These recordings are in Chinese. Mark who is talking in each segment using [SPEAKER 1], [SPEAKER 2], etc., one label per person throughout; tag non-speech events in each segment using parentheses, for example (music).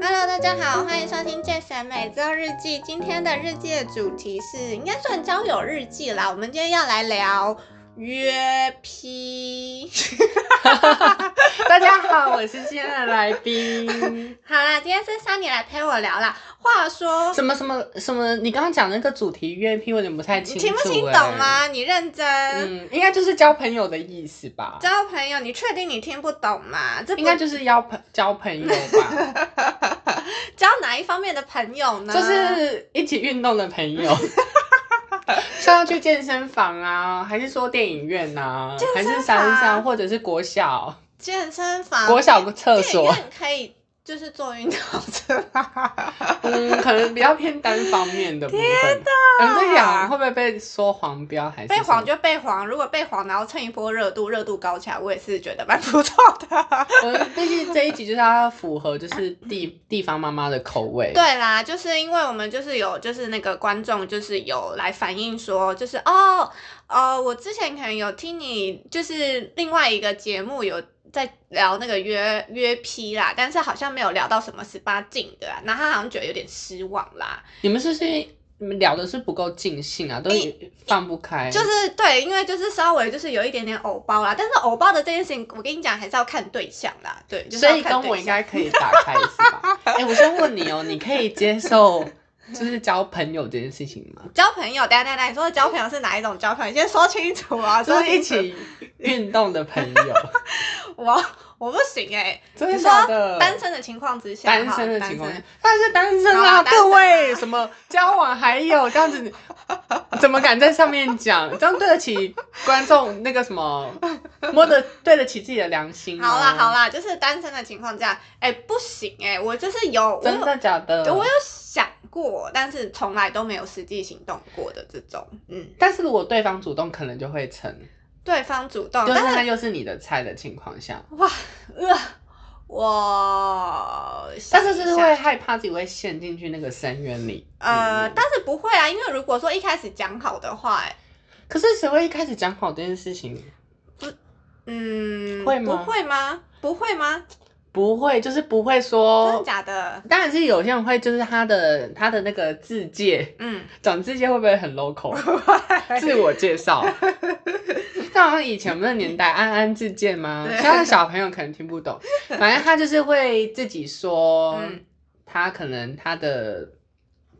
[SPEAKER 1] Hello，大家好，欢迎收听《健神每周日记》。今天的日记的主题是，应该算交友日记啦。我们今天要来聊约 P。 (laughs)
[SPEAKER 2] 大家好，我是今天的来宾。
[SPEAKER 1] 好啦，今天是珊妮来陪我聊啦。话说，
[SPEAKER 2] 什么什么什么？你刚刚讲那个主题约 P，我有点不太
[SPEAKER 1] 你
[SPEAKER 2] 清楚、欸。
[SPEAKER 1] 听不听懂？吗？你认真、
[SPEAKER 2] 嗯，应该就是交朋友的意思吧。
[SPEAKER 1] 交朋友，你确定你听不懂吗？这不
[SPEAKER 2] 应该就是要朋交朋友
[SPEAKER 1] (laughs)
[SPEAKER 2] 吧，
[SPEAKER 1] 交哪一方面的朋友呢？
[SPEAKER 2] 就是一起运动的
[SPEAKER 1] (laughs)
[SPEAKER 2] 朋友。是要去健身房啊，还是说电影院啊，还是山上，或者是国小、
[SPEAKER 1] 健身房、
[SPEAKER 2] 国小厕
[SPEAKER 1] 啊电影
[SPEAKER 2] 所？
[SPEAKER 1] 院可以就是做
[SPEAKER 2] (laughs)
[SPEAKER 1] 运动是吧？
[SPEAKER 2] 嗯，可能比较偏单方面的部分。天哪！这讲会不会被说黄标还是
[SPEAKER 1] 被
[SPEAKER 2] 什么
[SPEAKER 1] 黄就被黄，如果被黄，然后蹭一波热度，热度高起来，我也是觉得蛮不错的。
[SPEAKER 2] 我们呃毕竟这一集就是要符合就是地地方妈妈的口味。，
[SPEAKER 1] 对啦，就是因为我们就是有就是那个观众就是有来反映说，就是哦呃，我之前可能有听你就是另外一个节目有。在聊那个约约 P 啦，但是好像没有聊到什么十八禁的、啊，那他好像觉得有点失望啦。
[SPEAKER 2] 你们是不是你们聊的是不够尽兴啊，都放不开。
[SPEAKER 1] 就是对，因为就是稍微就是有一点点偶包啦，但是偶包的这件事情，我跟你讲还是要看对象啦，对，就是
[SPEAKER 2] 所
[SPEAKER 1] 要
[SPEAKER 2] 以
[SPEAKER 1] 看
[SPEAKER 2] 跟
[SPEAKER 1] 对
[SPEAKER 2] 我应
[SPEAKER 1] 象
[SPEAKER 2] 该可以打开是吧？
[SPEAKER 1] (laughs)
[SPEAKER 2] 哎、我先问你哦，你可以接受就是交朋友这件事情吗？
[SPEAKER 1] 交朋友，等一下等一下，你说的交朋友是哪一种交朋友？你先说清楚啊，
[SPEAKER 2] 就
[SPEAKER 1] 说
[SPEAKER 2] 是一
[SPEAKER 1] 清楚。
[SPEAKER 2] 起运动的朋
[SPEAKER 1] (laughs)
[SPEAKER 2] 友，
[SPEAKER 1] 我我不行哎、
[SPEAKER 2] 真
[SPEAKER 1] 你
[SPEAKER 2] 的
[SPEAKER 1] 说
[SPEAKER 2] 假的？
[SPEAKER 1] 单身的情况之下，
[SPEAKER 2] 单
[SPEAKER 1] 哈
[SPEAKER 2] 身的情况
[SPEAKER 1] 单
[SPEAKER 2] 下
[SPEAKER 1] 身，
[SPEAKER 2] 但是单身
[SPEAKER 1] 好啦
[SPEAKER 2] 啊，
[SPEAKER 1] 单身啊
[SPEAKER 2] 各位什么交往
[SPEAKER 1] (laughs)
[SPEAKER 2] 还有这样子，怎么敢在上面讲？这样对得起观众那个什
[SPEAKER 1] (laughs)
[SPEAKER 2] 么，摸得对得起自己的良心吗？
[SPEAKER 1] 好啦好啦，就是单身的情况下，哎、不行哎、我就是有我
[SPEAKER 2] 真
[SPEAKER 1] 有
[SPEAKER 2] 的假
[SPEAKER 1] 对
[SPEAKER 2] 的
[SPEAKER 1] 我？有想过，但是从来都没有实际行动过的这种，嗯，
[SPEAKER 2] 但是如果对方主动，可能就会成，
[SPEAKER 1] 对方主动，
[SPEAKER 2] 就是
[SPEAKER 1] 但
[SPEAKER 2] 那又是你的菜的情况下，
[SPEAKER 1] 哇，呃，我想
[SPEAKER 2] 但
[SPEAKER 1] 一
[SPEAKER 2] 是就是
[SPEAKER 1] 下
[SPEAKER 2] 会害怕自己会陷进去那个深渊里。
[SPEAKER 1] 呃，
[SPEAKER 2] 嗯
[SPEAKER 1] 但是不会啊，因为如果说一开始讲好的话，
[SPEAKER 2] 可是谁会一开始讲好这件事情？
[SPEAKER 1] 嗯，
[SPEAKER 2] 会
[SPEAKER 1] 不
[SPEAKER 2] 吗
[SPEAKER 1] 会吗？不会吗？
[SPEAKER 2] 不会，就是不会说
[SPEAKER 1] 真的假的？
[SPEAKER 2] 当然是有些人会，就是他的他的那个自介，
[SPEAKER 1] 嗯，
[SPEAKER 2] 讲自介会不会
[SPEAKER 1] (laughs)
[SPEAKER 2] 很 local？自我介绍，就好像以前我们的年代，安安自荐吗？
[SPEAKER 1] 对
[SPEAKER 2] 现在小朋友可能听不
[SPEAKER 1] (laughs)
[SPEAKER 2] 懂，反正他就是会自己说，
[SPEAKER 1] 嗯
[SPEAKER 2] 他可能他的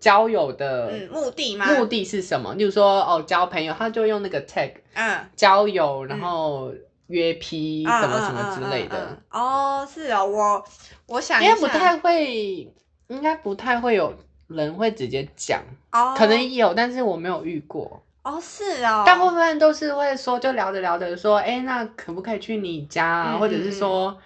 [SPEAKER 2] 交友的
[SPEAKER 1] 嗯，目的吗？
[SPEAKER 2] 呃目的是什么？例如说哦，交朋友，他就用那个 tag
[SPEAKER 1] 嗯，
[SPEAKER 2] 交友，然后约 P
[SPEAKER 1] 嗯
[SPEAKER 2] 什么什么之类的。。
[SPEAKER 1] 嗯嗯嗯嗯哦，是哦，我我想一
[SPEAKER 2] 应
[SPEAKER 1] 下
[SPEAKER 2] 该不太会，应该不太会有人会直接讲，
[SPEAKER 1] 哦，
[SPEAKER 2] 可能有，但是我没有遇过。
[SPEAKER 1] 哦是哦，
[SPEAKER 2] 大部分都是会说，就聊着聊着说，哎、那可不可以去你家啊？
[SPEAKER 1] 嗯
[SPEAKER 2] 或者是说，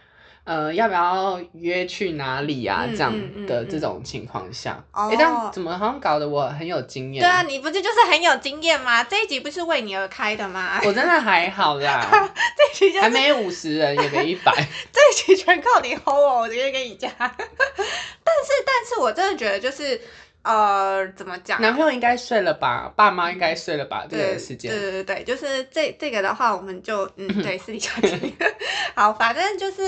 [SPEAKER 2] 呃，要不要约去哪里啊？
[SPEAKER 1] 嗯
[SPEAKER 2] 这样
[SPEAKER 1] 嗯嗯
[SPEAKER 2] 的
[SPEAKER 1] 嗯
[SPEAKER 2] 这种情况下，哎、
[SPEAKER 1] 哦
[SPEAKER 2] 这样怎么好像搞得我很有经验？
[SPEAKER 1] 对啊，你不是就是很有经验吗？这一集不是为你而开的吗？
[SPEAKER 2] 啊我真的还好啦，
[SPEAKER 1] (laughs) 这一集 (laughs) 就
[SPEAKER 2] 还
[SPEAKER 1] 是
[SPEAKER 2] 没五十人，也没一
[SPEAKER 1] (laughs)
[SPEAKER 2] 百。
[SPEAKER 1] 这一集全靠你吼我，我直接跟你讲。 (laughs) 但是，但是我真的觉得就是，呃，怎么讲啊？
[SPEAKER 2] 男朋友应该睡了吧？爸妈应该睡了吧？
[SPEAKER 1] 嗯
[SPEAKER 2] 这
[SPEAKER 1] 对
[SPEAKER 2] 个时间
[SPEAKER 1] 对对对，就是这这个的话，我们就嗯，
[SPEAKER 2] (laughs)
[SPEAKER 1] 对，私底下讲。 (laughs) 好，反正就是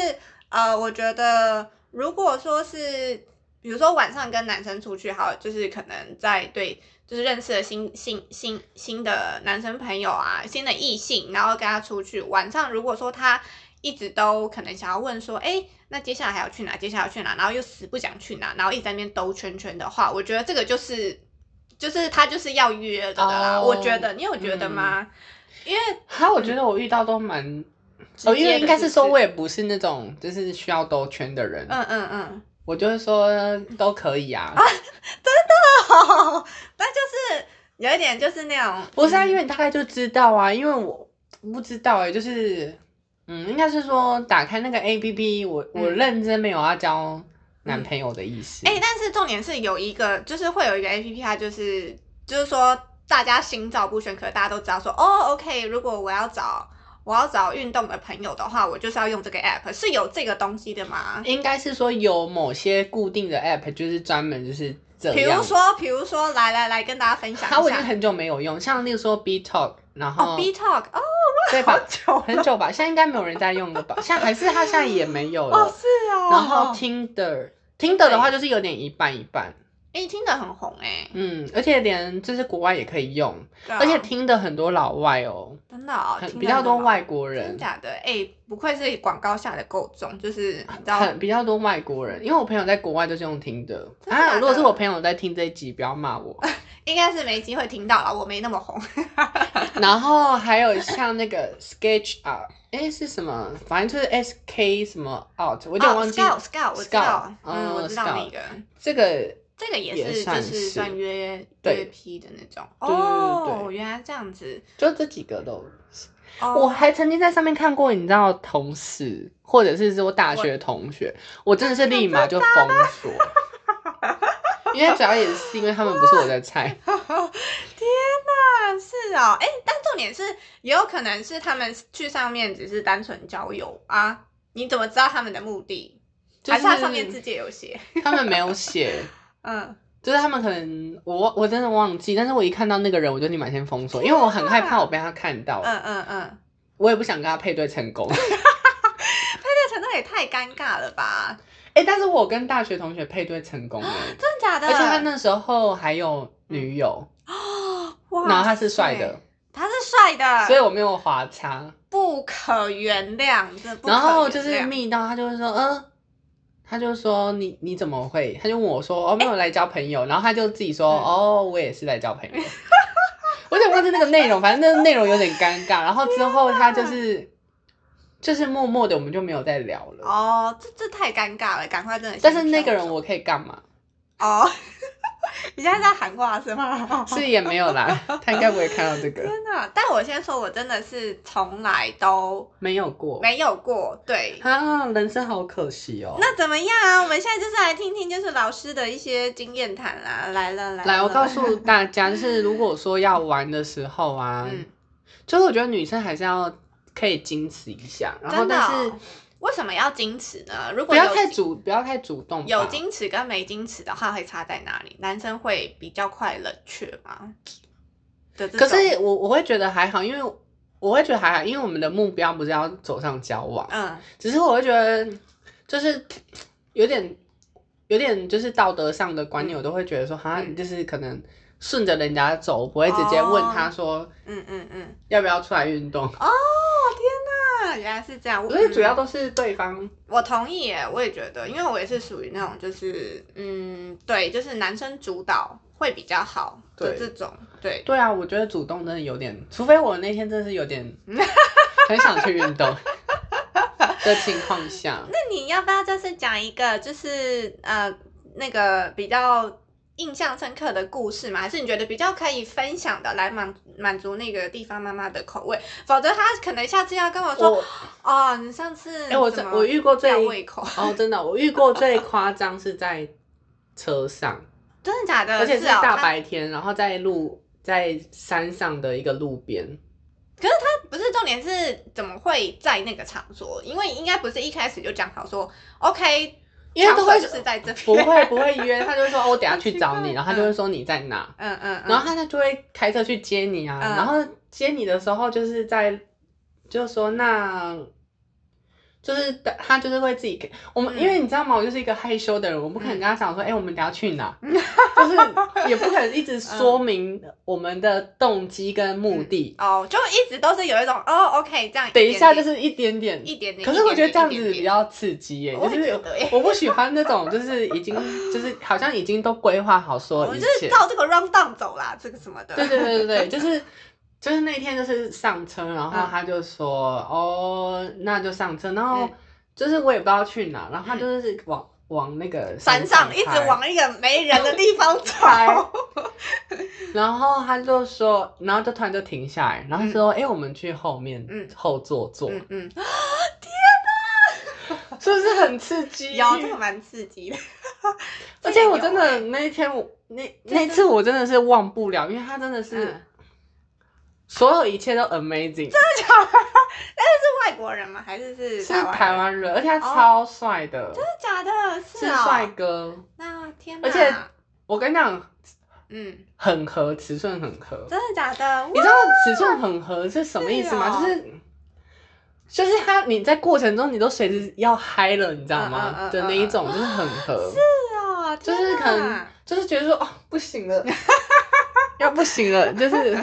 [SPEAKER 1] 呃，我觉得如果说是，比如说晚上跟男生出去，好，就是可能在对。就是认识了新新新新的男生朋友啊，新的异性，然后跟他出去。晚上如果说他一直都可能想要问说，哎，那接下来还要去哪？接下来要去哪？然后又死不想去哪，然后一直在那边兜圈圈的话，我觉得这个就是就是他就是要约的啦。
[SPEAKER 2] 哦
[SPEAKER 1] 我觉得你有觉得吗？因为
[SPEAKER 2] 哈，我觉得我遇到都蛮，
[SPEAKER 1] 嗯接
[SPEAKER 2] 哦，因
[SPEAKER 1] 的
[SPEAKER 2] 为应该
[SPEAKER 1] 是
[SPEAKER 2] 是
[SPEAKER 1] 不
[SPEAKER 2] 说
[SPEAKER 1] 是
[SPEAKER 2] 我也不是那种就是需要兜圈的人，
[SPEAKER 1] 嗯哦嗯嗯，
[SPEAKER 2] 我就会说都可以啊， (laughs)
[SPEAKER 1] 那嗯就是有一点就是那种
[SPEAKER 2] 不是啊，
[SPEAKER 1] 嗯
[SPEAKER 2] 因为你大概就知道啊，因为我不知道哎、就是，嗯，应该是说打开那个 A P P，我我
[SPEAKER 1] 嗯
[SPEAKER 2] 认真没有要交男朋友的意思，
[SPEAKER 1] 哎、但是重点是有一个，就是会有一个 A P 啊 P，它就是就是说大家心照不宣，可是大家都知道说，哦，OK，如果我要找我要找运动的朋友的话，我就是要用这个 app，是有这个东西的吗？
[SPEAKER 2] 应该是说有某些固定的 app，就是专门就是这
[SPEAKER 1] 比如
[SPEAKER 2] 样。
[SPEAKER 1] 说，比如说，来来来，跟大家分享
[SPEAKER 2] 它
[SPEAKER 1] 一
[SPEAKER 2] 我已经
[SPEAKER 1] 下。
[SPEAKER 2] 很久没有用，像例如说 B Talk，然后、
[SPEAKER 1] 哦，B Talk，哦，
[SPEAKER 2] (laughs) 对
[SPEAKER 1] 好
[SPEAKER 2] 吧？
[SPEAKER 1] 久
[SPEAKER 2] 很久吧，现在应该没有人在用
[SPEAKER 1] (laughs)
[SPEAKER 2] 了吧？现在还是它现在也没有了。
[SPEAKER 1] 哦，是哦。
[SPEAKER 2] 然后 Tinder。Tinder 的话就是有点一半一半，
[SPEAKER 1] 哎，听得很红哎，
[SPEAKER 2] 嗯，而且连就是国外也可以用，
[SPEAKER 1] 对啊
[SPEAKER 2] 而且听的很多老外哦，
[SPEAKER 1] 真的哦，
[SPEAKER 2] 很
[SPEAKER 1] 听
[SPEAKER 2] 比
[SPEAKER 1] 得
[SPEAKER 2] 较
[SPEAKER 1] 很
[SPEAKER 2] 多
[SPEAKER 1] 好
[SPEAKER 2] 外国
[SPEAKER 1] 真
[SPEAKER 2] 人，
[SPEAKER 1] 假的？哎、不愧是广告下的够重，就是你知道，
[SPEAKER 2] 很比较多外国人，因为我朋友在国外就是用听的
[SPEAKER 1] 真的假
[SPEAKER 2] 啊。
[SPEAKER 1] 的
[SPEAKER 2] 如果是我朋友在听这一集，不要骂我。
[SPEAKER 1] (laughs) 应该是没机会听到了，我没那么红。
[SPEAKER 2] 然后还有像那个 Sketch Up，哎是什么？反正就是 S K 什么 Out，我有点忘记
[SPEAKER 1] Scout Scout，我知道
[SPEAKER 2] Scout，，
[SPEAKER 1] 嗯，
[SPEAKER 2] 嗯
[SPEAKER 1] 我知道
[SPEAKER 2] Scout
[SPEAKER 1] 那个，
[SPEAKER 2] 这个。
[SPEAKER 1] 这个也
[SPEAKER 2] 也
[SPEAKER 1] 是就
[SPEAKER 2] 算
[SPEAKER 1] 是
[SPEAKER 2] 是
[SPEAKER 1] 算约
[SPEAKER 2] 对
[SPEAKER 1] 约批的那种。
[SPEAKER 2] 对对
[SPEAKER 1] 哦，
[SPEAKER 2] 对
[SPEAKER 1] 原来这样子。
[SPEAKER 2] 就这几个都，
[SPEAKER 1] 哦、
[SPEAKER 2] 我还曾经在上面看过，你知道，同事或者是说大学同学，我真的是立马就封
[SPEAKER 1] (laughs)
[SPEAKER 2] 锁，因为主要也是因为他们不是我的菜，
[SPEAKER 1] 啊是哦，哎、但重点是，也有可能是他们去上面只是单纯交友啊，你怎么知道他们的目的？
[SPEAKER 2] 就
[SPEAKER 1] 还
[SPEAKER 2] 是
[SPEAKER 1] 是它上面自己也有写？
[SPEAKER 2] (laughs) 他们没有写，
[SPEAKER 1] 嗯，
[SPEAKER 2] 就是他们可能我我真的忘记，但是我一看到那个人，我就立马先封锁，因为我很害怕我被他看到，
[SPEAKER 1] 啊嗯嗯嗯，
[SPEAKER 2] 我也不想跟他配对成功。 (laughs)
[SPEAKER 1] 这程度也太尴尬了吧？
[SPEAKER 2] 哎、但是我跟大学同学配对成功了，
[SPEAKER 1] 啊真的假的？
[SPEAKER 2] 而且他那时候还有女友，
[SPEAKER 1] 嗯哇
[SPEAKER 2] 然后他是帅的，
[SPEAKER 1] 他是帅的，
[SPEAKER 2] 所以我没有滑差。
[SPEAKER 1] 不可原谅，真的不可原谅。
[SPEAKER 2] 然后就是密到他就会说，嗯，他就说你你怎么会？他就问我说，哦，没有来交朋友。然后他就自己说，
[SPEAKER 1] 嗯
[SPEAKER 2] 哦，我也是来交朋友。 (laughs) 我有点忘记那个内容，反正那个内容有点尴尬。然后之后他就是就是默默的，我们就没有再聊了。
[SPEAKER 1] 哦，这这太尴尬了，赶快真的先
[SPEAKER 2] 但
[SPEAKER 1] 跳走。
[SPEAKER 2] 是那个人我可以干嘛？
[SPEAKER 1] 哦， (laughs) 你现在在喊话是吗？ (laughs)
[SPEAKER 2] 是也没有啦，他应该不会看到这个，
[SPEAKER 1] 真的，但我先说，我真的是从来都
[SPEAKER 2] 没有过
[SPEAKER 1] 没有过。对，
[SPEAKER 2] 啊，人生好可惜哦。
[SPEAKER 1] 那怎么样啊？我们现在就是来听听，就是老师的一些经验谈啦。来了，来了，
[SPEAKER 2] 来，我告诉大家，就是如果说要玩的时候啊，
[SPEAKER 1] 嗯，
[SPEAKER 2] 就是我觉得女生还是要可以矜持一下，然后
[SPEAKER 1] 真的
[SPEAKER 2] 但
[SPEAKER 1] 哦、
[SPEAKER 2] 是
[SPEAKER 1] 为什么要矜持呢？如
[SPEAKER 2] 不
[SPEAKER 1] 果有
[SPEAKER 2] 要太主，不要太主动吧。
[SPEAKER 1] 有矜持跟没矜持的话，会差在哪里？男生会比较快冷却吗？的这
[SPEAKER 2] 可
[SPEAKER 1] 种
[SPEAKER 2] 是我我会觉得还好，因为我会觉得还好，因为我们的目标不是要走上交往，
[SPEAKER 1] 嗯，
[SPEAKER 2] 只是我会觉得就是有点有点就是道德上的观念，我都会觉得说，哈，
[SPEAKER 1] 嗯
[SPEAKER 2] 你就是可能顺着人家走，不会直接问他说
[SPEAKER 1] 嗯嗯嗯，
[SPEAKER 2] 要不要出来运动。
[SPEAKER 1] 哦啊，原来是这样。我嗯
[SPEAKER 2] 所以主要都是对方
[SPEAKER 1] 我同意耶，我也觉得，因为我也是属于那种就是嗯，对，就是男生主导会比较好的
[SPEAKER 2] 对
[SPEAKER 1] 这种，对。
[SPEAKER 2] 对啊，我觉得主动真的有点，除非我那天真的是有 (laughs) 点很想去运动的情况下，
[SPEAKER 1] 那你要不要就是讲一个就是呃那个比较印象深刻的故事吗？还是你觉得比较可以分享的来满满足那个地方妈妈的口味？否则她可能下次要跟我说
[SPEAKER 2] 我
[SPEAKER 1] 哦，你上次
[SPEAKER 2] 哎、我
[SPEAKER 1] 怎
[SPEAKER 2] 真
[SPEAKER 1] 么
[SPEAKER 2] 我遇过最
[SPEAKER 1] 吊胃口，
[SPEAKER 2] 哦，真的，我遇过最夸张是在车上，
[SPEAKER 1] 真的假的？
[SPEAKER 2] 而且
[SPEAKER 1] 是
[SPEAKER 2] 呃是啊
[SPEAKER 1] 哦
[SPEAKER 2] 大
[SPEAKER 1] 她
[SPEAKER 2] 白天，然后在路在山上的一个路边，
[SPEAKER 1] 不是重点是怎么会在那个场所？因为应该不是一开始就讲好说 OK，
[SPEAKER 2] 因为
[SPEAKER 1] 场
[SPEAKER 2] 都
[SPEAKER 1] 所
[SPEAKER 2] 会
[SPEAKER 1] 就是在这
[SPEAKER 2] 不
[SPEAKER 1] 边，
[SPEAKER 2] 会不会约，他就会说、哦、我等下 (laughs) 去找你，
[SPEAKER 1] 好奇怪
[SPEAKER 2] 然后他就会说你在哪，
[SPEAKER 1] 嗯嗯，嗯
[SPEAKER 2] 然后他他就会开车去接你啊，
[SPEAKER 1] 嗯
[SPEAKER 2] 然后接你的时候就是在，就是说那，就是他就是会自己给我们，
[SPEAKER 1] 嗯
[SPEAKER 2] 因为你知道吗？我就是一个害羞的人，我不可能跟他讲说，哎、我们等下去
[SPEAKER 1] (laughs)
[SPEAKER 2] 哪，就是也不可能一
[SPEAKER 1] 嗯
[SPEAKER 2] 直说明我们的动机跟目的。
[SPEAKER 1] 哦，就一直都是有一种哦 OK 这样点
[SPEAKER 2] 等
[SPEAKER 1] 点，
[SPEAKER 2] 一下就是一点点，
[SPEAKER 1] 一点点，
[SPEAKER 2] 可是我觉得这样
[SPEAKER 1] 一点
[SPEAKER 2] 子
[SPEAKER 1] 点
[SPEAKER 2] 比较刺激耶、
[SPEAKER 1] 我
[SPEAKER 2] 就
[SPEAKER 1] 也觉
[SPEAKER 2] 是
[SPEAKER 1] 得耶哎
[SPEAKER 2] 我不喜欢那种就是已经就是好像已经都规划好所
[SPEAKER 1] 我
[SPEAKER 2] 有一
[SPEAKER 1] 们
[SPEAKER 2] 切
[SPEAKER 1] 就。是照这个 round down 走啦，这个什么的。
[SPEAKER 2] 对对对对对，就是就是那天就是上车，然后
[SPEAKER 1] 嗯
[SPEAKER 2] 他就说、哦，那就上车，然后
[SPEAKER 1] 嗯
[SPEAKER 2] 就是我也不知道去哪，然后他就是往、往那个
[SPEAKER 1] 山上一直
[SPEAKER 2] 开，
[SPEAKER 1] 往一个没人的地方走，
[SPEAKER 2] 哦然后他就说，然后就突然就停下来，然后说，哎、我们去后面、
[SPEAKER 1] 嗯
[SPEAKER 2] 后座坐，
[SPEAKER 1] 嗯嗯，
[SPEAKER 2] 是不是很刺激？
[SPEAKER 1] 有这个蛮刺激的，
[SPEAKER 2] (laughs) 而且我
[SPEAKER 1] 这个
[SPEAKER 2] 真
[SPEAKER 1] 有
[SPEAKER 2] 的那一天我那
[SPEAKER 1] 这个
[SPEAKER 2] 那次我真的是忘不了，因为他真的是。
[SPEAKER 1] 嗯
[SPEAKER 2] 所有一切都 amazing，
[SPEAKER 1] 外国人吗？还是是
[SPEAKER 2] 是
[SPEAKER 1] 台湾？哦
[SPEAKER 2] 台？湾人，而且他超帅的，
[SPEAKER 1] 真的假的？
[SPEAKER 2] 是
[SPEAKER 1] 哦。
[SPEAKER 2] 帅哥。
[SPEAKER 1] 那天哪，
[SPEAKER 2] 而且我跟你讲，
[SPEAKER 1] 嗯，
[SPEAKER 2] 很合，尺寸很合。
[SPEAKER 1] 真的假的？
[SPEAKER 2] 你知道尺寸很合是什么意思吗？
[SPEAKER 1] 是哦
[SPEAKER 2] 就是就是他你在过程中你都随时要嗨了，你知道吗？
[SPEAKER 1] 嗯嗯嗯
[SPEAKER 2] 的那一种就是很合，
[SPEAKER 1] 哇哦，
[SPEAKER 2] 就是可
[SPEAKER 1] 天
[SPEAKER 2] 能
[SPEAKER 1] 哪
[SPEAKER 2] 就是觉得说哦不行
[SPEAKER 1] (laughs)
[SPEAKER 2] 了，要不行了，就是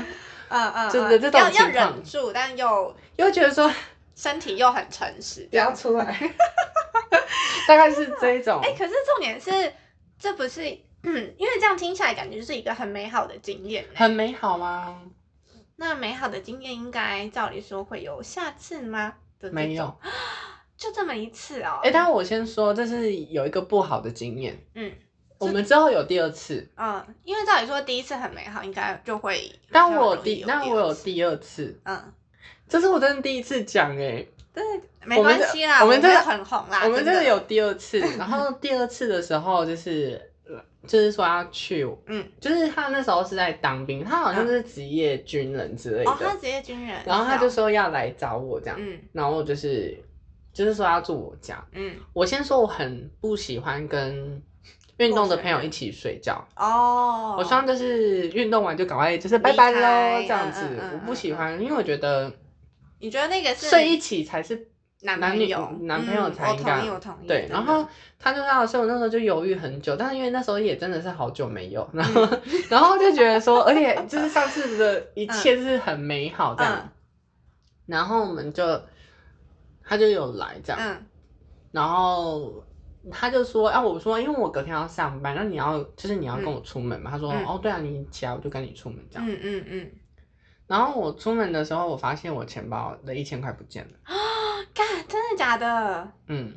[SPEAKER 1] 嗯嗯，
[SPEAKER 2] 真
[SPEAKER 1] 嗯
[SPEAKER 2] 的这种
[SPEAKER 1] 要要
[SPEAKER 2] 情况
[SPEAKER 1] 忍住，但又
[SPEAKER 2] 又觉得说
[SPEAKER 1] 身体又很诚实，
[SPEAKER 2] 不要出来， (laughs) 大概是这一种
[SPEAKER 1] 哎、。可是重点是，这不是，嗯，因为这样听起来感觉就是一个很美好的经验欸。
[SPEAKER 2] 很美好吗？
[SPEAKER 1] 那美好的经验应该照理说会有下次吗？的这
[SPEAKER 2] 没有
[SPEAKER 1] 种，。就这么一次哦。
[SPEAKER 2] 哎、但我先说，这是有一个不好的经验。
[SPEAKER 1] 嗯，
[SPEAKER 2] 我们之后有第二次，
[SPEAKER 1] 嗯，因为照理说第一次很美好，应该就会。
[SPEAKER 2] 但我有第，
[SPEAKER 1] 那
[SPEAKER 2] 但我有，第二次，
[SPEAKER 1] 嗯，
[SPEAKER 2] 这是我真的第一次讲哎、
[SPEAKER 1] 但是没
[SPEAKER 2] 我们
[SPEAKER 1] 关
[SPEAKER 2] 这
[SPEAKER 1] 系啦，
[SPEAKER 2] 我们这
[SPEAKER 1] 真的很红啦，
[SPEAKER 2] 我们
[SPEAKER 1] 啊真
[SPEAKER 2] 真的有，第二
[SPEAKER 1] (laughs)
[SPEAKER 2] 次，然后第二次的时候就是。呃就是说要去，
[SPEAKER 1] 嗯，
[SPEAKER 2] 就是他那时候是在当兵，他好像是职业军人之类的，
[SPEAKER 1] 哦，他职业军人，
[SPEAKER 2] 然后他
[SPEAKER 1] 是
[SPEAKER 2] 就
[SPEAKER 1] 哦，
[SPEAKER 2] 说要来找我这样，
[SPEAKER 1] 嗯
[SPEAKER 2] 然后就是就是说要住我家。
[SPEAKER 1] 嗯，
[SPEAKER 2] 我先说我很不喜欢跟运动的朋友一起睡觉，
[SPEAKER 1] 哦，
[SPEAKER 2] 我希望就是运动完就赶快就是拜拜
[SPEAKER 1] 离开
[SPEAKER 2] 喽这样子
[SPEAKER 1] 嗯嗯嗯，
[SPEAKER 2] 我不喜欢，因为我觉得
[SPEAKER 1] 你觉得那个是
[SPEAKER 2] 睡一起才是
[SPEAKER 1] 男
[SPEAKER 2] 男
[SPEAKER 1] 朋
[SPEAKER 2] 女
[SPEAKER 1] 友，
[SPEAKER 2] 男朋友
[SPEAKER 1] 嗯
[SPEAKER 2] 才
[SPEAKER 1] 我
[SPEAKER 2] 应该
[SPEAKER 1] 同意，我同意，
[SPEAKER 2] 对
[SPEAKER 1] 真。的
[SPEAKER 2] 然后他就要，所以我那时候就犹豫很久，但是因为那时候也真的是好久没有，然后
[SPEAKER 1] 嗯
[SPEAKER 2] (laughs) 然后就觉得说，而且就是上次的一切是很美好这样
[SPEAKER 1] 嗯，
[SPEAKER 2] 然后我们就他就有来这样，
[SPEAKER 1] 嗯。
[SPEAKER 2] 然后他就说，啊，我说因为我隔天要上班，那你要就是你要跟我出门嘛，他说
[SPEAKER 1] 嗯
[SPEAKER 2] 哦对啊，你起来我就跟你出门这样。
[SPEAKER 1] 嗯嗯嗯，
[SPEAKER 2] 然后我出门的时候，我发现我钱包的一千块不见了。
[SPEAKER 1] 干，啊真的假的？
[SPEAKER 2] 嗯，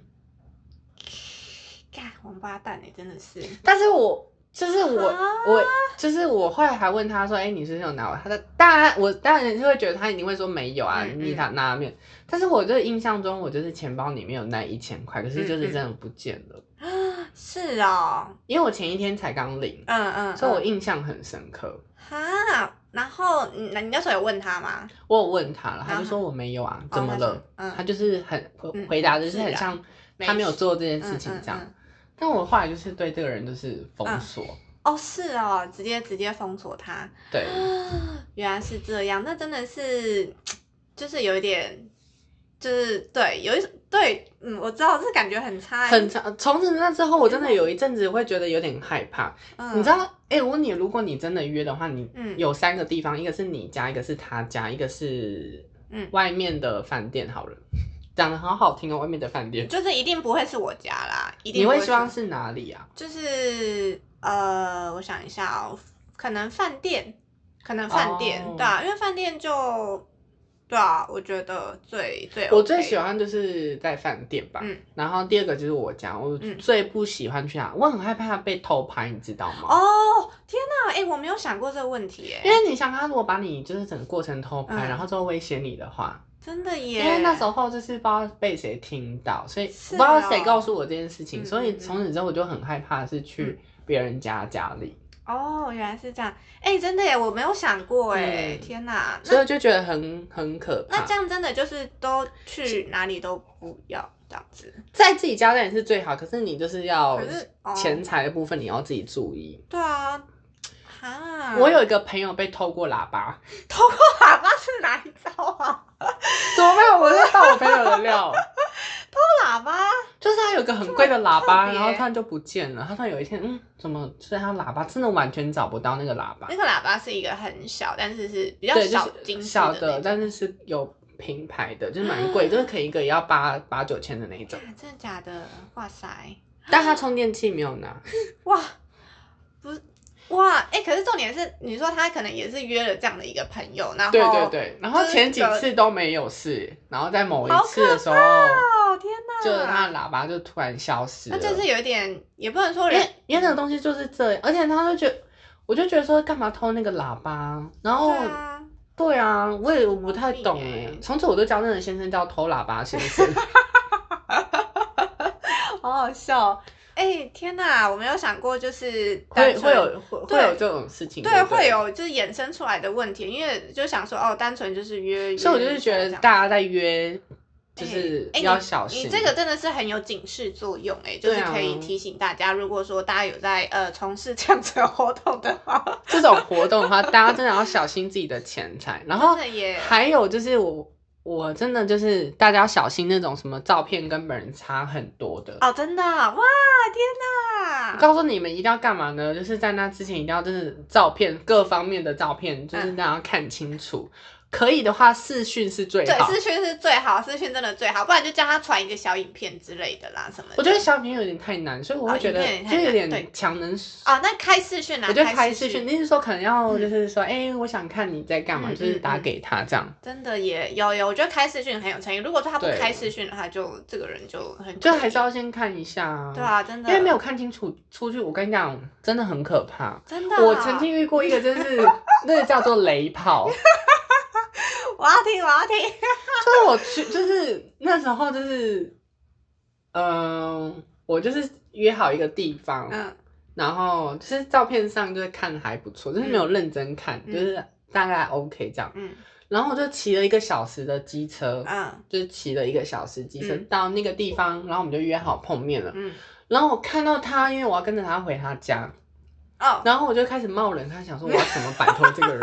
[SPEAKER 1] 干，王八蛋哎、真的是。
[SPEAKER 2] 但是我就是我、
[SPEAKER 1] 啊
[SPEAKER 2] 我就是我后来还问他说：“哎、你是不是有拿我？”他的当然我当然是会觉得他一定会说没有啊，
[SPEAKER 1] 嗯嗯
[SPEAKER 2] 你拿拿面。但是我就印象中，我就是钱包里面有那一千块，可是就是
[SPEAKER 1] 嗯嗯
[SPEAKER 2] 真的不见了，
[SPEAKER 1] 是哦，
[SPEAKER 2] 因为我前一天才刚领，
[SPEAKER 1] 嗯嗯，
[SPEAKER 2] 所以我
[SPEAKER 1] 嗯
[SPEAKER 2] 印象很深刻。
[SPEAKER 1] 哈，然后你那你那时候有问他吗？
[SPEAKER 2] 我有问他了，
[SPEAKER 1] 然
[SPEAKER 2] 他
[SPEAKER 1] 后
[SPEAKER 2] 就说我没有啊，怎么
[SPEAKER 1] 他
[SPEAKER 2] 了
[SPEAKER 1] 说？嗯
[SPEAKER 2] 他就是很
[SPEAKER 1] 嗯
[SPEAKER 2] 回回答的就是
[SPEAKER 1] 自
[SPEAKER 2] 很
[SPEAKER 1] 然
[SPEAKER 2] 像他没有
[SPEAKER 1] 事
[SPEAKER 2] 做这件事情这样。
[SPEAKER 1] 嗯嗯嗯
[SPEAKER 2] 但我后来就是对这个人就是封锁，
[SPEAKER 1] 哦，是哦，直接直接封锁他。啊
[SPEAKER 2] 对，
[SPEAKER 1] 原来是这样，那真的是就是有一点，就是对，有一对，嗯，我知道这感觉很差欸，
[SPEAKER 2] 很长。从此那之后，我真的有一阵子会觉得有点害怕。
[SPEAKER 1] 嗯，
[SPEAKER 2] 你知道，哎、我问你，如果你真的约的话，你
[SPEAKER 1] 嗯
[SPEAKER 2] 有三个地方，一个是你家，一个是他家，一个是
[SPEAKER 1] 嗯
[SPEAKER 2] 外面的饭店。好了，讲的好好听哦，外面的饭店。
[SPEAKER 1] 就是一定不会是我家啦，一定
[SPEAKER 2] 你
[SPEAKER 1] 不
[SPEAKER 2] 会
[SPEAKER 1] 是
[SPEAKER 2] 希望是哪里啊？
[SPEAKER 1] 就是呃，我想一下哦，可能饭店，可能饭店
[SPEAKER 2] 哦
[SPEAKER 1] 对啊，因为饭店就对啊，我觉得最最、
[SPEAKER 2] 我最喜，欢就是在饭店吧，
[SPEAKER 1] 嗯
[SPEAKER 2] 然后第二个就是我家，我
[SPEAKER 1] 嗯
[SPEAKER 2] 最不喜欢去哪，我很害怕被偷拍，你知道吗？
[SPEAKER 1] 哦，天哪，哎、我没有想过这个问题哎
[SPEAKER 2] 因
[SPEAKER 1] 耶，
[SPEAKER 2] 为你想看，如果把你就是整个过程偷拍，
[SPEAKER 1] 嗯
[SPEAKER 2] 然后之后威胁你的话，
[SPEAKER 1] 真的耶，
[SPEAKER 2] 因为那时候就是不知道被谁听到，所以不
[SPEAKER 1] 是
[SPEAKER 2] 知道
[SPEAKER 1] 哦
[SPEAKER 2] 谁告诉我这件事情，
[SPEAKER 1] 嗯
[SPEAKER 2] 所以
[SPEAKER 1] 嗯嗯
[SPEAKER 2] 从此之后我就很害怕是去别人家家里，
[SPEAKER 1] 哦，原来是这样，哎、真的耶，我没有想过哎，
[SPEAKER 2] 嗯
[SPEAKER 1] 天哪，
[SPEAKER 2] 所以啊
[SPEAKER 1] 那
[SPEAKER 2] 我就觉得很很可怕
[SPEAKER 1] 那这。样真的就是都去哪里都不要这样子，
[SPEAKER 2] 在自己家当然是最好，可是你就是要
[SPEAKER 1] 可是哦
[SPEAKER 2] 钱财的部分你要自己注意。
[SPEAKER 1] 对啊，哈，
[SPEAKER 2] 我有一个朋友被偷过喇叭，
[SPEAKER 1] (laughs) 偷过喇叭是哪一招啊？
[SPEAKER 2] 怎么办？我在爆我朋友的料，
[SPEAKER 1] 偷喇叭。
[SPEAKER 2] (laughs) 就是他有一个很贵的喇叭，
[SPEAKER 1] 这么特别
[SPEAKER 2] 然后突然就不见了。他突然有一天，嗯，怎么？所以他喇叭真的完全找不到那个喇叭
[SPEAKER 1] 那，个喇叭是一个很小，但是是比较
[SPEAKER 2] 对，就
[SPEAKER 1] 小
[SPEAKER 2] 是
[SPEAKER 1] 金属
[SPEAKER 2] 小
[SPEAKER 1] 的那
[SPEAKER 2] 的，
[SPEAKER 1] 种
[SPEAKER 2] 但是是有品牌的，就是蛮
[SPEAKER 1] (gasps)
[SPEAKER 2] 贵，就是可能一个也要八八九千的那一种。
[SPEAKER 1] 啊真的假的？哇塞，
[SPEAKER 2] 但他充电器没有拿，
[SPEAKER 1] 哇，不是哇，哎、可是重点是，你说他可能也是约了这样的一个朋友，然后
[SPEAKER 2] 对对对。然后
[SPEAKER 1] 就是
[SPEAKER 2] 前几
[SPEAKER 1] 这个
[SPEAKER 2] 次都没有事，然后在某一
[SPEAKER 1] 好
[SPEAKER 2] 次的时候，
[SPEAKER 1] 哦天哪，
[SPEAKER 2] 就是他的喇叭就突然消失了。哎
[SPEAKER 1] 那就是有点，也不能说
[SPEAKER 2] 因
[SPEAKER 1] 人
[SPEAKER 2] 为因为那个东西就是这样，而且他就觉得，我就觉得说干嘛偷那个喇叭，然后
[SPEAKER 1] 对。啊，
[SPEAKER 2] 对啊，我也不太懂
[SPEAKER 1] 什么
[SPEAKER 2] 哎
[SPEAKER 1] 病欸。
[SPEAKER 2] 从此我都叫那
[SPEAKER 1] (laughs)
[SPEAKER 2] 个先生叫偷喇叭先生。
[SPEAKER 1] 好好笑哦。哎、哎、天哪，我没有想过，就是
[SPEAKER 2] 会
[SPEAKER 1] 单纯
[SPEAKER 2] 会有会会
[SPEAKER 1] 对
[SPEAKER 2] 有这种事情，
[SPEAKER 1] 对
[SPEAKER 2] 不
[SPEAKER 1] 会。有就是衍生出来的问题，因为就想说哦，单纯就是约，
[SPEAKER 2] 所以我
[SPEAKER 1] 约
[SPEAKER 2] 就是
[SPEAKER 1] 一
[SPEAKER 2] 觉
[SPEAKER 1] 下
[SPEAKER 2] 得
[SPEAKER 1] 这样
[SPEAKER 2] 大家在约，就是
[SPEAKER 1] 哎哎
[SPEAKER 2] 要小心。
[SPEAKER 1] 你这个真的是很有警示作用哎、就是
[SPEAKER 2] 对啊
[SPEAKER 1] 可以提醒大家，如果说大家有在呃从事这样子的活动的话，
[SPEAKER 2] 这种活动的话，大家真的要小心自己的钱财。然后
[SPEAKER 1] 真的耶
[SPEAKER 2] 还有就是我。我真的就是大家要小心那种什么照片跟本人差很多的。
[SPEAKER 1] 哦，真的哇，天哪！
[SPEAKER 2] 我告诉你们一定要干嘛呢？就是在那之前一定要就是照片各方面的照片，
[SPEAKER 1] 嗯
[SPEAKER 2] 就是大家要看清楚。可以的话，视讯是最
[SPEAKER 1] 对，
[SPEAKER 2] 好。
[SPEAKER 1] 私讯是最好，私讯真的最好，不然就叫他传一个小影片之类的啦什么的。
[SPEAKER 2] 我觉得小品有点太难，所以我
[SPEAKER 1] 哦
[SPEAKER 2] 会觉得
[SPEAKER 1] 有点太
[SPEAKER 2] 就有
[SPEAKER 1] 难
[SPEAKER 2] 点
[SPEAKER 1] 对
[SPEAKER 2] 强人所
[SPEAKER 1] 啊、那开视讯啊，
[SPEAKER 2] 我觉得开
[SPEAKER 1] 视
[SPEAKER 2] 视讯，你是说可能要
[SPEAKER 1] 嗯
[SPEAKER 2] 就是说，哎、我想看你在干嘛，
[SPEAKER 1] 嗯
[SPEAKER 2] 就是打
[SPEAKER 1] 嗯嗯
[SPEAKER 2] 给他这样，
[SPEAKER 1] 真的也有有，我觉得开视讯很有诚意。如果说他不
[SPEAKER 2] 对
[SPEAKER 1] 开视讯的话，就这个人就很
[SPEAKER 2] 就
[SPEAKER 1] 可
[SPEAKER 2] 还
[SPEAKER 1] 疑
[SPEAKER 2] 是要先看一下啊。
[SPEAKER 1] 对，啊，真的，
[SPEAKER 2] 因为没有看清楚出去，我跟你讲，真的很可怕。
[SPEAKER 1] 真的啊，
[SPEAKER 2] 我曾经遇过一个，就是那个叫做雷炮， (laughs) 就
[SPEAKER 1] 我要听，我要听，
[SPEAKER 2] 是我去，就是那时候就是，嗯、我就是约好一个地方，
[SPEAKER 1] 嗯
[SPEAKER 2] 然后就是照片上就是看还不错，就是没有认真看，
[SPEAKER 1] 嗯
[SPEAKER 2] 就是大概 OK 这样。
[SPEAKER 1] 嗯
[SPEAKER 2] 然后我就骑了一个小时的机车，
[SPEAKER 1] 嗯
[SPEAKER 2] 就是骑了一个小时机车、
[SPEAKER 1] 嗯
[SPEAKER 2] 到那个地方，然后我们就约好碰面了。
[SPEAKER 1] 嗯，
[SPEAKER 2] 然后我看到他，因为我要跟着他回他家，
[SPEAKER 1] 哦，
[SPEAKER 2] 然后我就开始冒冷汗，想说我要怎么摆脱这个人。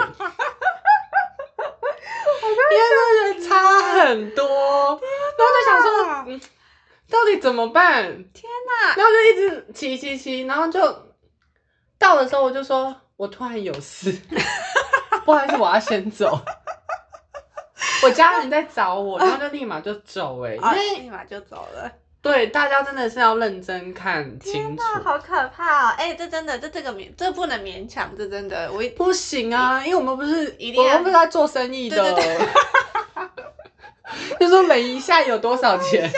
[SPEAKER 2] 因为真的差很多，然后就想说，嗯，到底怎么办？天
[SPEAKER 1] 哪！
[SPEAKER 2] 然后就一直骑骑骑，然后就到的时候，我就说，我突然有事， (laughs) 不好意思，我要先走。我家人在找我，然后就立马就走、欸，
[SPEAKER 1] 啊
[SPEAKER 2] 哎，因为
[SPEAKER 1] 立马就走了，
[SPEAKER 2] 对大家真的是要认真看清楚，
[SPEAKER 1] 那好可怕哦！哎、这真的，这这个勉，这不能勉强，这真的，我一
[SPEAKER 2] 不行啊，因为我们不是，
[SPEAKER 1] 一定要
[SPEAKER 2] 我们不是在做生意的，
[SPEAKER 1] 对
[SPEAKER 2] (laughs) 就说每一下有多少
[SPEAKER 1] (laughs)
[SPEAKER 2] 钱。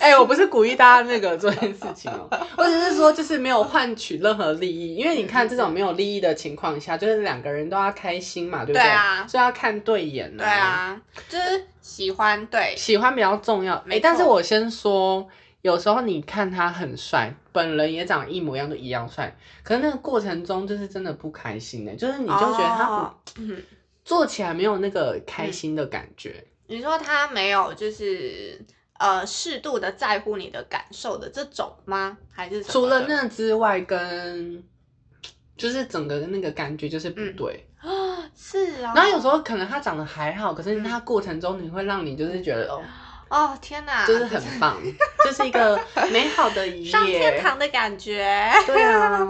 [SPEAKER 2] 哎、我不是鼓励大家那个做这件事情哦， (laughs) 我只是说就是没有换取任何利益，因为你看这种没有利益的情况下，就是两个人都要开心嘛，对不对？
[SPEAKER 1] 对啊
[SPEAKER 2] 所以要看对眼、
[SPEAKER 1] 对，啊，就是喜欢，对，
[SPEAKER 2] 喜欢比较重要。哎、
[SPEAKER 1] 没错
[SPEAKER 2] 但是我先说，有时候你看他很帅，本人也长得一模一样，就一样帅，可是那个过程中就是真的不开心的、就是你就觉得他不、
[SPEAKER 1] 哦嗯，
[SPEAKER 2] 做起来没有那个开心的感觉。
[SPEAKER 1] 你说他没有就是呃适度的在乎你的感受的这种吗？还是什么
[SPEAKER 2] 除了
[SPEAKER 1] 的
[SPEAKER 2] 那之外跟，就是整个那个感觉就是不对。
[SPEAKER 1] 啊，是啊，
[SPEAKER 2] 然后有时候可能他长得还好，可是
[SPEAKER 1] 嗯
[SPEAKER 2] 他过程中你会让你就是觉得、哦，
[SPEAKER 1] 哦天哪，
[SPEAKER 2] 就是很棒，就是一个美好的一
[SPEAKER 1] (laughs) 上天
[SPEAKER 2] 页。
[SPEAKER 1] 堂的感觉。 (laughs)
[SPEAKER 2] 对啊，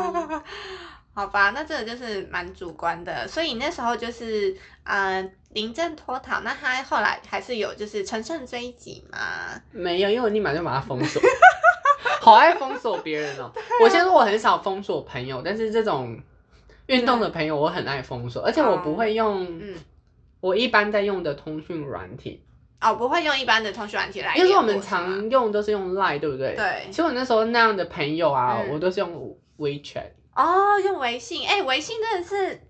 [SPEAKER 1] 好吧，那这个就是蛮主观的，所以那时候就是呃临阵脱逃，那他后来还是有就是乘胜追击嘛，
[SPEAKER 2] 没有，因为我立马就把他封锁。 (laughs) 好爱封锁别人哦！
[SPEAKER 1] 啊
[SPEAKER 2] 我先说，我很少封锁朋友，但是这种运动的朋友我很爱封锁，而且我不会用，
[SPEAKER 1] 啊嗯，
[SPEAKER 2] 我一般在用的通讯软体，
[SPEAKER 1] 哦不会用一般的通讯软体来
[SPEAKER 2] 因
[SPEAKER 1] 联
[SPEAKER 2] 为
[SPEAKER 1] 络
[SPEAKER 2] 我
[SPEAKER 1] 是吗，
[SPEAKER 2] 们常用都是用 Line，对不
[SPEAKER 1] 哎
[SPEAKER 2] 对？。
[SPEAKER 1] 对
[SPEAKER 2] 其实我那时候那样的朋友啊，
[SPEAKER 1] 嗯
[SPEAKER 2] 我都是用 WeChat。
[SPEAKER 1] 哦用微信，哎、微信真的是。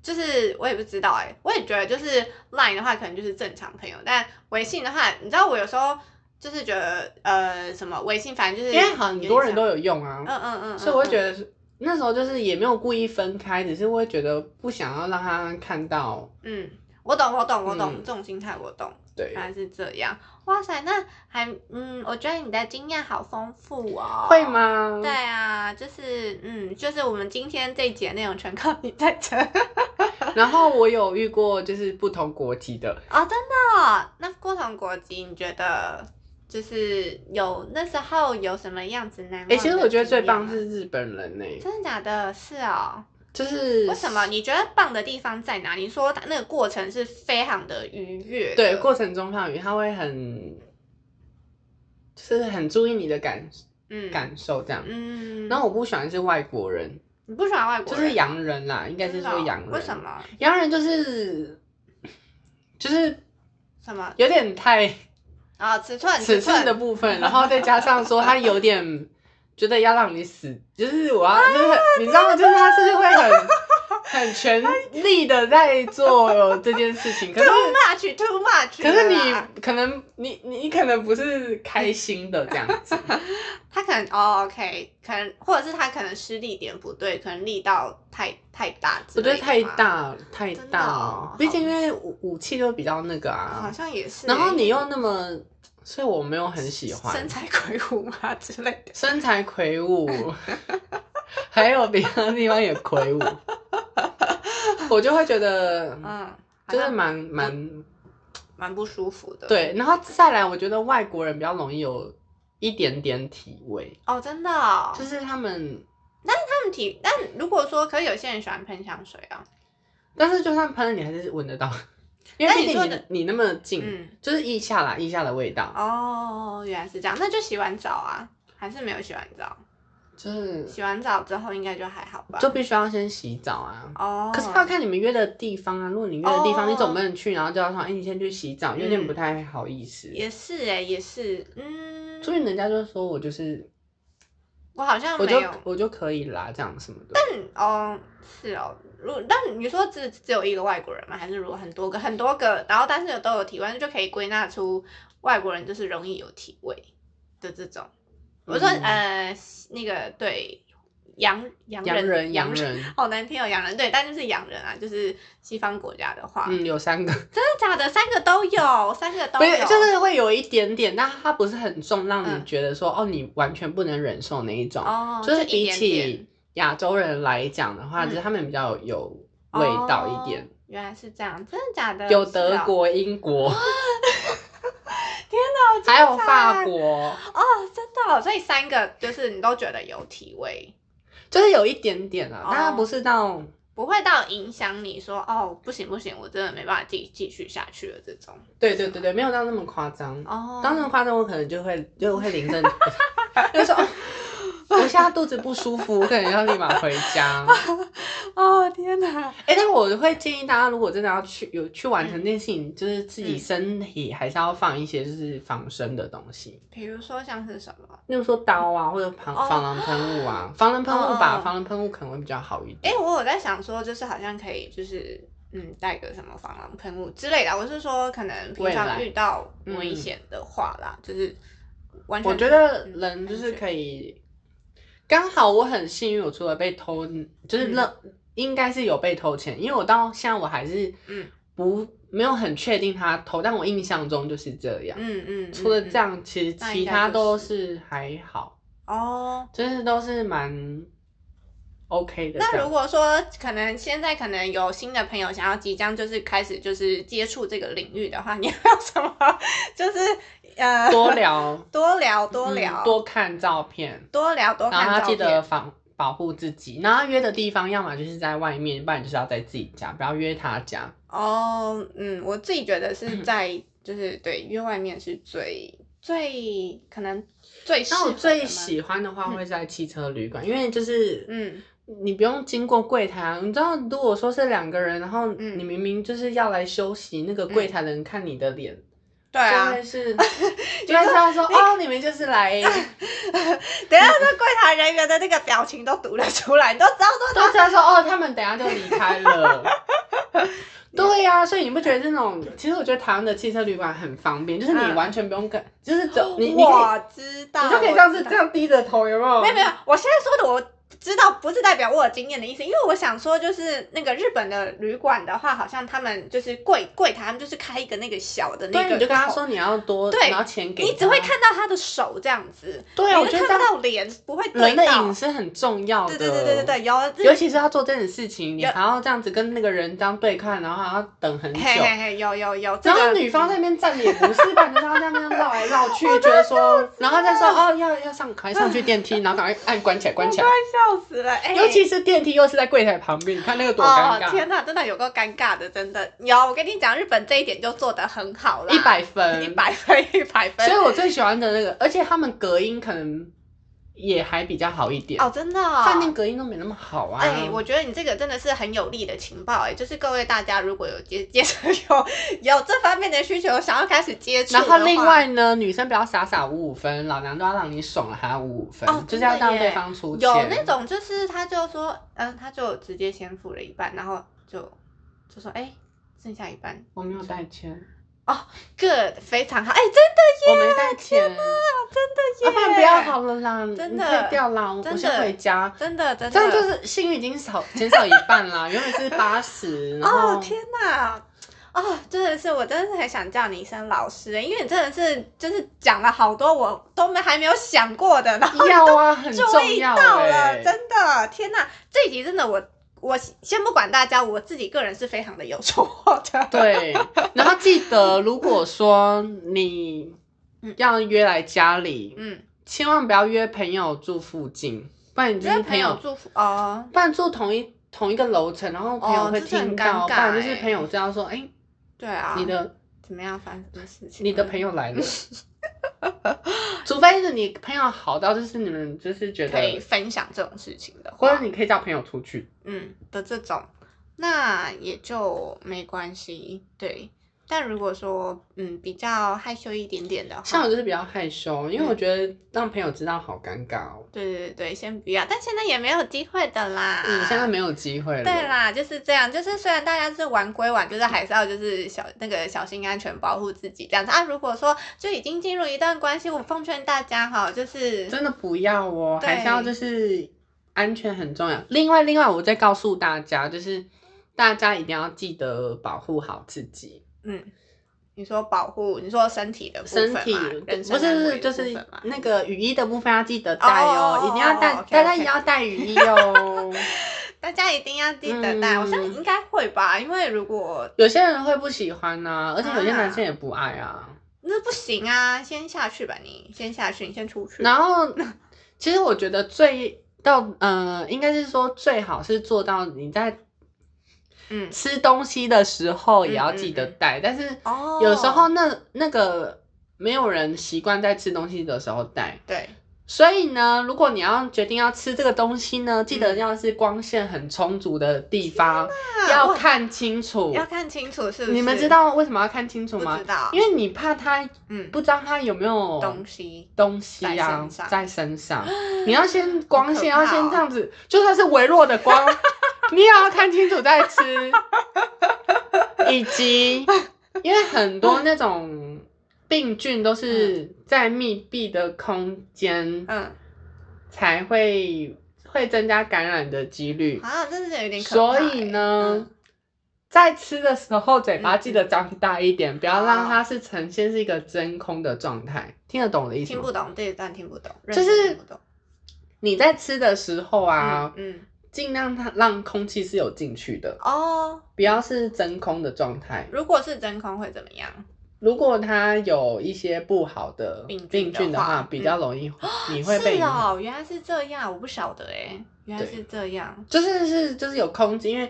[SPEAKER 1] 就是我也不知道哎、我也觉得就是 Line 的话可能就是正常朋友，但微信的话，你知道我有时候就是觉得呃什么微信，反正就是
[SPEAKER 2] 因为很多人
[SPEAKER 1] 有
[SPEAKER 2] 都有用啊
[SPEAKER 1] 点，像嗯嗯嗯嗯，
[SPEAKER 2] 所以我会
[SPEAKER 1] 嗯
[SPEAKER 2] 觉得是那时候就是也没有故意分开，只是我会觉得不想要让他看到。
[SPEAKER 1] 嗯，我懂，我懂，我懂，
[SPEAKER 2] 嗯
[SPEAKER 1] 这种心态我懂，
[SPEAKER 2] 对
[SPEAKER 1] 原，来是这样。哇塞，那还嗯，我觉得你的经验好丰富哦。
[SPEAKER 2] 会？吗？
[SPEAKER 1] 对。啊，就是嗯，就是我们今天这一节内容全靠你在这
[SPEAKER 2] 然后我有遇过就是不同国籍的，
[SPEAKER 1] 哦，真的哦、那不同国籍，你觉得就是有那时候有什么样子难忘
[SPEAKER 2] 哎、
[SPEAKER 1] 的
[SPEAKER 2] 其实我觉得最棒
[SPEAKER 1] 经验吗
[SPEAKER 2] 是日本人呢、
[SPEAKER 1] 真的假的？是哦，
[SPEAKER 2] 就是
[SPEAKER 1] 为什么？你觉得棒的地方在哪？你说它那个过程是非常的愉悦的，
[SPEAKER 2] 对，过程中放语，他会很，就是很注意你的感
[SPEAKER 1] 嗯
[SPEAKER 2] 感受这样。
[SPEAKER 1] 嗯，
[SPEAKER 2] 然后我不喜欢是外国人，
[SPEAKER 1] 你不喜欢外
[SPEAKER 2] 就
[SPEAKER 1] 国人，
[SPEAKER 2] 是洋人啦，应该是说
[SPEAKER 1] 真的哦
[SPEAKER 2] 洋人。
[SPEAKER 1] 为什？么？
[SPEAKER 2] 洋人就是 (laughs) 就是
[SPEAKER 1] 什么
[SPEAKER 2] 有点太
[SPEAKER 1] 啊？尺寸，
[SPEAKER 2] 尺寸的部分，然后再加上说他
[SPEAKER 1] (laughs)
[SPEAKER 2] 有
[SPEAKER 1] 啊
[SPEAKER 2] 点觉得要让你死，就是我要就是很你知道吗？就是他是不是会很很全力的在做这件事
[SPEAKER 1] (laughs)
[SPEAKER 2] 情，可是
[SPEAKER 1] too much too much
[SPEAKER 2] 可
[SPEAKER 1] 了啦。
[SPEAKER 2] 是你可能你你可能不是开心的这样
[SPEAKER 1] (laughs)
[SPEAKER 2] 子，
[SPEAKER 1] 他可能哦，OK，可能或者是他可能施力点不对，可能力道太太大之
[SPEAKER 2] 我觉得
[SPEAKER 1] 类的
[SPEAKER 2] 太
[SPEAKER 1] 嘛，
[SPEAKER 2] 大太
[SPEAKER 1] 真的
[SPEAKER 2] 大
[SPEAKER 1] 哦
[SPEAKER 2] 了，毕竟因为武武器都比较那个
[SPEAKER 1] 好
[SPEAKER 2] 啊，
[SPEAKER 1] 像也是欸。
[SPEAKER 2] 然后你又那么，所以我没有很喜欢
[SPEAKER 1] 身材魁梧
[SPEAKER 2] 啊
[SPEAKER 1] 嘛之类的，
[SPEAKER 2] 身材魁梧，还有别的地方也魁梧，我就会觉得
[SPEAKER 1] (laughs) 嗯，好
[SPEAKER 2] 就是
[SPEAKER 1] 像
[SPEAKER 2] 蛮蛮
[SPEAKER 1] 蛮不舒服的。，
[SPEAKER 2] 对，然后再来，我觉得外国人比较容易有一点点体味，
[SPEAKER 1] 哦，真的哦，
[SPEAKER 2] 就是他们，
[SPEAKER 1] 他们体，但如果说，可是有些人喜欢喷香水啊，
[SPEAKER 2] 但是就算喷了，你还是闻
[SPEAKER 1] (laughs)
[SPEAKER 2] 得到，因为
[SPEAKER 1] 但
[SPEAKER 2] 毕
[SPEAKER 1] 你
[SPEAKER 2] 竟
[SPEAKER 1] 说
[SPEAKER 2] 你
[SPEAKER 1] 的
[SPEAKER 2] 你那么近，
[SPEAKER 1] 嗯，
[SPEAKER 2] 就是腋下啦，腋下的味道，
[SPEAKER 1] 哦，原来是这样，那就洗完澡啊，还是没有洗完澡，
[SPEAKER 2] 就是
[SPEAKER 1] 洗完澡之后应该就还好吧。
[SPEAKER 2] 就必须要先洗澡啊。
[SPEAKER 1] 哦，
[SPEAKER 2] 可是要看你们约的地方啊，如果你约的地方，
[SPEAKER 1] 哦
[SPEAKER 2] 你总不能去，然后叫他说，哎、你先去洗澡，有点不太好意思。
[SPEAKER 1] 也是哎、也是，嗯，
[SPEAKER 2] 所以人家就说我就是，
[SPEAKER 1] 我好像
[SPEAKER 2] 我
[SPEAKER 1] 没
[SPEAKER 2] 就
[SPEAKER 1] 有。
[SPEAKER 2] 我就可以啦，这样什么的。
[SPEAKER 1] 哦，是哦，如但你说只只有一个外国人吗？还是如果很多个很多个，然后但是有都有体味，那就可以归纳出外国人就是容易有体味的这种。我说、
[SPEAKER 2] 嗯
[SPEAKER 1] 呃，那个对洋洋
[SPEAKER 2] 洋
[SPEAKER 1] 人
[SPEAKER 2] 人，
[SPEAKER 1] 洋
[SPEAKER 2] 洋人，
[SPEAKER 1] 好难听哦，洋人对，但就是洋人啊，就是西方国家的话，
[SPEAKER 2] 嗯，有三个。
[SPEAKER 1] 真的假的？三个都有，三个都
[SPEAKER 2] 不
[SPEAKER 1] 有，
[SPEAKER 2] 是，就是会有一点点，但它不是很重，让
[SPEAKER 1] 嗯
[SPEAKER 2] 你觉得说、哦，你完全不能忍受那一种。
[SPEAKER 1] 哦，
[SPEAKER 2] 就是
[SPEAKER 1] 一点
[SPEAKER 2] 比
[SPEAKER 1] 点
[SPEAKER 2] 起亚洲人来讲的话，
[SPEAKER 1] 嗯
[SPEAKER 2] 就是他们比较有味道一点，
[SPEAKER 1] 哦原来是这样，真的假的？
[SPEAKER 2] 有
[SPEAKER 1] 是
[SPEAKER 2] 德
[SPEAKER 1] 哦
[SPEAKER 2] 国、英国。天哪！还有法国，
[SPEAKER 1] 哦，真的哦、所以三个就是你都觉得有体味，
[SPEAKER 2] 就是有一点点啊
[SPEAKER 1] 哦，
[SPEAKER 2] 但它不是到
[SPEAKER 1] 不会到影响你说哦，不行不行，我真的没办法继继续下去了这种。
[SPEAKER 2] 对对对对，没有到那么夸张。
[SPEAKER 1] 哦，
[SPEAKER 2] 当那么夸张，我可能就会就会
[SPEAKER 1] (laughs)
[SPEAKER 2] 临阵，就说、哦我现在肚子不舒服，我可能要立马回
[SPEAKER 1] (laughs)
[SPEAKER 2] 家。
[SPEAKER 1] 哦天哪，
[SPEAKER 2] 哎、但我会建议大家，如果真的要去有去完成这件事情，就是自己身体还是要放一些就是防身的东西，
[SPEAKER 1] 比如说像是什么？
[SPEAKER 2] 例如说刀啊，或者防
[SPEAKER 1] 嗯哦
[SPEAKER 2] 防狼喷雾啊，防狼喷雾吧，
[SPEAKER 1] 哦
[SPEAKER 2] 防狼喷雾可能会比较好一
[SPEAKER 1] 哎、
[SPEAKER 2] 点。
[SPEAKER 1] 我有在想说，就是好像可以就是。嗯，带个什么防狼喷雾之类的啊。我是说，可能平
[SPEAKER 2] 未
[SPEAKER 1] 常
[SPEAKER 2] 来
[SPEAKER 1] 遇到
[SPEAKER 2] 嗯
[SPEAKER 1] 危险的话啦，就是完全
[SPEAKER 2] 我觉得
[SPEAKER 1] 嗯
[SPEAKER 2] 人就是
[SPEAKER 1] 安
[SPEAKER 2] 可以，刚好我很幸运，我除了被偷，就是
[SPEAKER 1] 嗯
[SPEAKER 2] 任、应该是有被偷钱，因为我到现在我还是
[SPEAKER 1] 嗯
[SPEAKER 2] 不没有很确定他偷，但我印象中就是这
[SPEAKER 1] 全
[SPEAKER 2] 样。
[SPEAKER 1] 嗯嗯，
[SPEAKER 2] 除了
[SPEAKER 1] 嗯
[SPEAKER 2] 这样，其实
[SPEAKER 1] 那
[SPEAKER 2] 其
[SPEAKER 1] 应该
[SPEAKER 2] 他
[SPEAKER 1] 就
[SPEAKER 2] 都
[SPEAKER 1] 是
[SPEAKER 2] 是还好。
[SPEAKER 1] 哦，
[SPEAKER 2] 就是都是蛮 OK 的这样。
[SPEAKER 1] 那如果说可能现在可能有新的朋友想要即将就是开始就是接触这个领域的话，你有没有什么 (laughs) 就是呃
[SPEAKER 2] 多聊
[SPEAKER 1] 多聊 (laughs) 多聊、
[SPEAKER 2] 嗯多看照片，
[SPEAKER 1] 多聊多
[SPEAKER 2] 然后
[SPEAKER 1] 看
[SPEAKER 2] 要
[SPEAKER 1] 照
[SPEAKER 2] 记
[SPEAKER 1] 片，
[SPEAKER 2] 得防保护自己。然后约的地方，要么就是在外面，不然就是要在自己家，不要约他家。
[SPEAKER 1] 哦，嗯，我自己觉得是在、就是对约外面是最最可能最适
[SPEAKER 2] 那
[SPEAKER 1] 合
[SPEAKER 2] 我
[SPEAKER 1] 的
[SPEAKER 2] 最
[SPEAKER 1] 吗
[SPEAKER 2] 喜欢的话会在汽车旅馆，因为就是
[SPEAKER 1] 嗯
[SPEAKER 2] 你不用经过柜台啊。你知道，如果说是两个人，然后
[SPEAKER 1] 嗯
[SPEAKER 2] 你明明就是要来休息，那个柜台的人看你的脸，
[SPEAKER 1] 对啊
[SPEAKER 2] 就，会是，
[SPEAKER 1] (laughs)
[SPEAKER 2] 就会知道说哦，你们就是
[SPEAKER 1] 等
[SPEAKER 2] 来。
[SPEAKER 1] 一
[SPEAKER 2] 嗯
[SPEAKER 1] 下这柜台人员的那个表情都读得出来，你都知道说
[SPEAKER 2] 都知道说哦，他们等一下就离开
[SPEAKER 1] (laughs)
[SPEAKER 2] 了。对呀、所以你不觉得这种？其实我觉得台湾的汽车旅馆很方便，就是你
[SPEAKER 1] 嗯
[SPEAKER 2] 完全不用跟，就是走你你可以，
[SPEAKER 1] 我知道，
[SPEAKER 2] 你就可以
[SPEAKER 1] 我
[SPEAKER 2] 这样
[SPEAKER 1] 知
[SPEAKER 2] 子
[SPEAKER 1] 道
[SPEAKER 2] 这样低着头，有没有？
[SPEAKER 1] 没有没有，我现在说的我知道，不是代表我有经验的意思，因为我想说，就是那个日本的旅馆的话，好像他们就是柜柜台，他们就是开一个那个小的那
[SPEAKER 2] 对，
[SPEAKER 1] 个，
[SPEAKER 2] 你就跟他，说你要多，
[SPEAKER 1] 对
[SPEAKER 2] 然后钱给
[SPEAKER 1] 你只
[SPEAKER 2] 他
[SPEAKER 1] 会。看到他的手这样子，
[SPEAKER 2] 对
[SPEAKER 1] 你
[SPEAKER 2] 啊，我
[SPEAKER 1] 会
[SPEAKER 2] 觉得这
[SPEAKER 1] 看
[SPEAKER 2] 样
[SPEAKER 1] 不到脸，不会对
[SPEAKER 2] 人的
[SPEAKER 1] 到
[SPEAKER 2] 隐。私很重要的。
[SPEAKER 1] 对对对对对对，有
[SPEAKER 2] 尤其是要做这种事情，你
[SPEAKER 1] 有
[SPEAKER 2] 还要这样子跟那个人这样对看，然后还要等很久。
[SPEAKER 1] 嘿嘿嘿，有有有，这
[SPEAKER 2] 然后
[SPEAKER 1] 个
[SPEAKER 2] 女方在那边站也不是，反正她在那边绕来绕
[SPEAKER 1] (laughs)
[SPEAKER 2] 去，觉得说，然后再说哦要要上，赶快上去电梯，然后赶快按关起来，关起来。
[SPEAKER 1] 笑死了，哎、
[SPEAKER 2] 尤其是电梯又是在柜台旁边，你看那个多
[SPEAKER 1] 哦
[SPEAKER 2] 尴，尬，
[SPEAKER 1] 天哪，真的有够尴尬的，真的有。我跟你讲，日本这一点就做得很好啦，
[SPEAKER 2] 一百
[SPEAKER 1] 一
[SPEAKER 2] 分。
[SPEAKER 1] 百分，一百分
[SPEAKER 2] 所以。我最喜欢的那个，而且他们隔音可能也还比较好一点。
[SPEAKER 1] 哦，真的、哦。
[SPEAKER 2] 饭店隔音都没那么好啊。
[SPEAKER 1] 哎、我觉得你这个真的是很有力的情报哎、就是各位大家如果有接接触有有 (laughs) 这方面的需求，想要开始接触的
[SPEAKER 2] 然
[SPEAKER 1] 话，
[SPEAKER 2] 后另外呢，女生不要傻傻五五分，老娘都要让你爽了还要五五分，
[SPEAKER 1] 哦
[SPEAKER 2] 就是要
[SPEAKER 1] 真的
[SPEAKER 2] 让
[SPEAKER 1] 耶
[SPEAKER 2] 对方出钱。
[SPEAKER 1] 有那种就是他就说，嗯、他就直接先付了一半，然后就就说，哎、剩下一半
[SPEAKER 2] 我没有带钱，
[SPEAKER 1] 啊，good，非常好，哎、真
[SPEAKER 2] 我没带钱，真
[SPEAKER 1] 耶
[SPEAKER 2] 要啊不然不要好了啦，
[SPEAKER 1] 啊真
[SPEAKER 2] 你
[SPEAKER 1] 的
[SPEAKER 2] 退掉啦，我
[SPEAKER 1] 真
[SPEAKER 2] 我
[SPEAKER 1] 的
[SPEAKER 2] 先回家。
[SPEAKER 1] 的真的真的，哦
[SPEAKER 2] 这样就是信誉已经少 (laughs) 减少一半啦，原本是八十，然
[SPEAKER 1] 哦
[SPEAKER 2] 后
[SPEAKER 1] 天哪！哦，真的是，我真的很想叫你一声老师，欸因为你真的是就是讲了好多我都没还没有想过的，然后你
[SPEAKER 2] 要啊， (laughs) 很
[SPEAKER 1] 注
[SPEAKER 2] 重
[SPEAKER 1] 意
[SPEAKER 2] 要
[SPEAKER 1] 到
[SPEAKER 2] 哎、
[SPEAKER 1] 了，真的，天哪！这一集真的我我先不管大家，我自己个人是非常的有收 (laughs) 获的。，
[SPEAKER 2] 对，然后记得，如果说你
[SPEAKER 1] 嗯
[SPEAKER 2] 要约来家里，
[SPEAKER 1] 嗯，
[SPEAKER 2] 千万不要约朋友住附近，不然你就
[SPEAKER 1] 觉
[SPEAKER 2] 是
[SPEAKER 1] 得朋友，祝福哦，
[SPEAKER 2] 不然住同一同一个楼层，然后朋友
[SPEAKER 1] 哦
[SPEAKER 2] 会
[SPEAKER 1] 这是很
[SPEAKER 2] 听到，
[SPEAKER 1] 尴
[SPEAKER 2] 不
[SPEAKER 1] 尬
[SPEAKER 2] 然就是
[SPEAKER 1] 欸
[SPEAKER 2] 朋友知道说，哎、
[SPEAKER 1] 对啊，
[SPEAKER 2] 你 (laughs) 的
[SPEAKER 1] 怎么样发生什么事情？
[SPEAKER 2] 你的朋友来 (laughs) 了，除非是你朋友好到就是你们就是觉
[SPEAKER 1] 可以
[SPEAKER 2] 得，
[SPEAKER 1] 分享这种事情的
[SPEAKER 2] 或者
[SPEAKER 1] 话，
[SPEAKER 2] 你可以叫朋友出去，
[SPEAKER 1] 嗯的这种，那也就没关系。对，但如果说嗯比较害羞一点点的话，
[SPEAKER 2] 像我就是比较害羞，因为我觉得让朋友知道好尴尬哦，
[SPEAKER 1] 对对对，先不要，但现在也没有机会的啦。
[SPEAKER 2] 嗯，现在没有机会了，
[SPEAKER 1] 对啦，就是这样。就是虽然大家是玩归玩，就是还是要就是小那个小心安全，保护自己这样子啊。如果说就已经进入一段关系，我奉劝大家哈，就是
[SPEAKER 2] 真的不要哦，
[SPEAKER 1] 对
[SPEAKER 2] 还是要就是安全很重要。另外，另外我再告诉大家，就是大家一定要记得保护好自己，
[SPEAKER 1] 嗯，你说保护，你说身体的部分
[SPEAKER 2] 身
[SPEAKER 1] 嘛
[SPEAKER 2] 体
[SPEAKER 1] 人
[SPEAKER 2] 不
[SPEAKER 1] 身安
[SPEAKER 2] 是
[SPEAKER 1] 全的
[SPEAKER 2] 就
[SPEAKER 1] 部
[SPEAKER 2] 是
[SPEAKER 1] 分嘛
[SPEAKER 2] 那个雨衣的部分要记得带
[SPEAKER 1] 哦哦
[SPEAKER 2] 哦
[SPEAKER 1] 哦，
[SPEAKER 2] 一定要带
[SPEAKER 1] 哦，，OK，OK
[SPEAKER 2] 大家一定要带雨衣哦。
[SPEAKER 1] 大家一定要记得带，
[SPEAKER 2] 嗯
[SPEAKER 1] 我相信应该会吧，因为如果
[SPEAKER 2] 有些人会不喜欢呐、而且有些男生也不爱啊。
[SPEAKER 1] 那不行啊，先下去吧你，先下去，你先出去。
[SPEAKER 2] 然后，其实我觉得最到呃，应该是说最好是做到你在
[SPEAKER 1] 嗯，
[SPEAKER 2] 吃东西的时候也要
[SPEAKER 1] 嗯嗯
[SPEAKER 2] 记得
[SPEAKER 1] 嗯
[SPEAKER 2] 带，但是。
[SPEAKER 1] 哦，
[SPEAKER 2] 有时候那那个没有人习惯在吃东西的时候带，
[SPEAKER 1] 对，
[SPEAKER 2] 所以呢，如果你要决定要吃这个东西
[SPEAKER 1] 嗯
[SPEAKER 2] 呢，记得要是光线很充足的地方，
[SPEAKER 1] 啊
[SPEAKER 2] 要
[SPEAKER 1] 哇
[SPEAKER 2] 看清楚。
[SPEAKER 1] 要看清楚是不是？
[SPEAKER 2] 你们知道为什么要看清楚
[SPEAKER 1] 不
[SPEAKER 2] 吗
[SPEAKER 1] 知？道？
[SPEAKER 2] 因为你怕他
[SPEAKER 1] 嗯，
[SPEAKER 2] 不知道他有没有
[SPEAKER 1] 东西
[SPEAKER 2] 东西
[SPEAKER 1] 在
[SPEAKER 2] 呀、
[SPEAKER 1] 身上
[SPEAKER 2] 在身上，你要先光线
[SPEAKER 1] 好
[SPEAKER 2] 要
[SPEAKER 1] 可怕哦
[SPEAKER 2] 先这样子，就算是微弱
[SPEAKER 1] (laughs)
[SPEAKER 2] 的光，你也要看清楚再吃，以及因为很
[SPEAKER 1] 嗯
[SPEAKER 2] 多那种病菌都是在密闭的空间
[SPEAKER 1] 嗯
[SPEAKER 2] 才会会增加感染的几率，
[SPEAKER 1] 啊，真的有点可怕
[SPEAKER 2] 所
[SPEAKER 1] 欸。
[SPEAKER 2] 以呢
[SPEAKER 1] 嗯，。
[SPEAKER 2] 在吃的时候，嘴巴
[SPEAKER 1] 嗯
[SPEAKER 2] 记得张大一点，不要让
[SPEAKER 1] 好
[SPEAKER 2] 它是呈现是一个真空的状态。听得懂我的意思吗？
[SPEAKER 1] 听不懂这一段，听不懂，认
[SPEAKER 2] 就
[SPEAKER 1] 真
[SPEAKER 2] 是
[SPEAKER 1] 听不懂
[SPEAKER 2] 你在吃的时候啊，
[SPEAKER 1] 嗯嗯
[SPEAKER 2] 尽量它让空气是有进去的，
[SPEAKER 1] 哦，
[SPEAKER 2] 不要是真空的状态。
[SPEAKER 1] 如果是真空会怎么样？
[SPEAKER 2] 如果它有一些不好的
[SPEAKER 1] 病菌
[SPEAKER 2] 病菌
[SPEAKER 1] 的
[SPEAKER 2] 的
[SPEAKER 1] 话
[SPEAKER 2] 话，比较
[SPEAKER 1] 嗯
[SPEAKER 2] 容易、你会被
[SPEAKER 1] 是
[SPEAKER 2] 影响。
[SPEAKER 1] 哦，原来是这样，我不晓得哎，原来
[SPEAKER 2] 对
[SPEAKER 1] 是这样
[SPEAKER 2] 就是是就是有空气，因为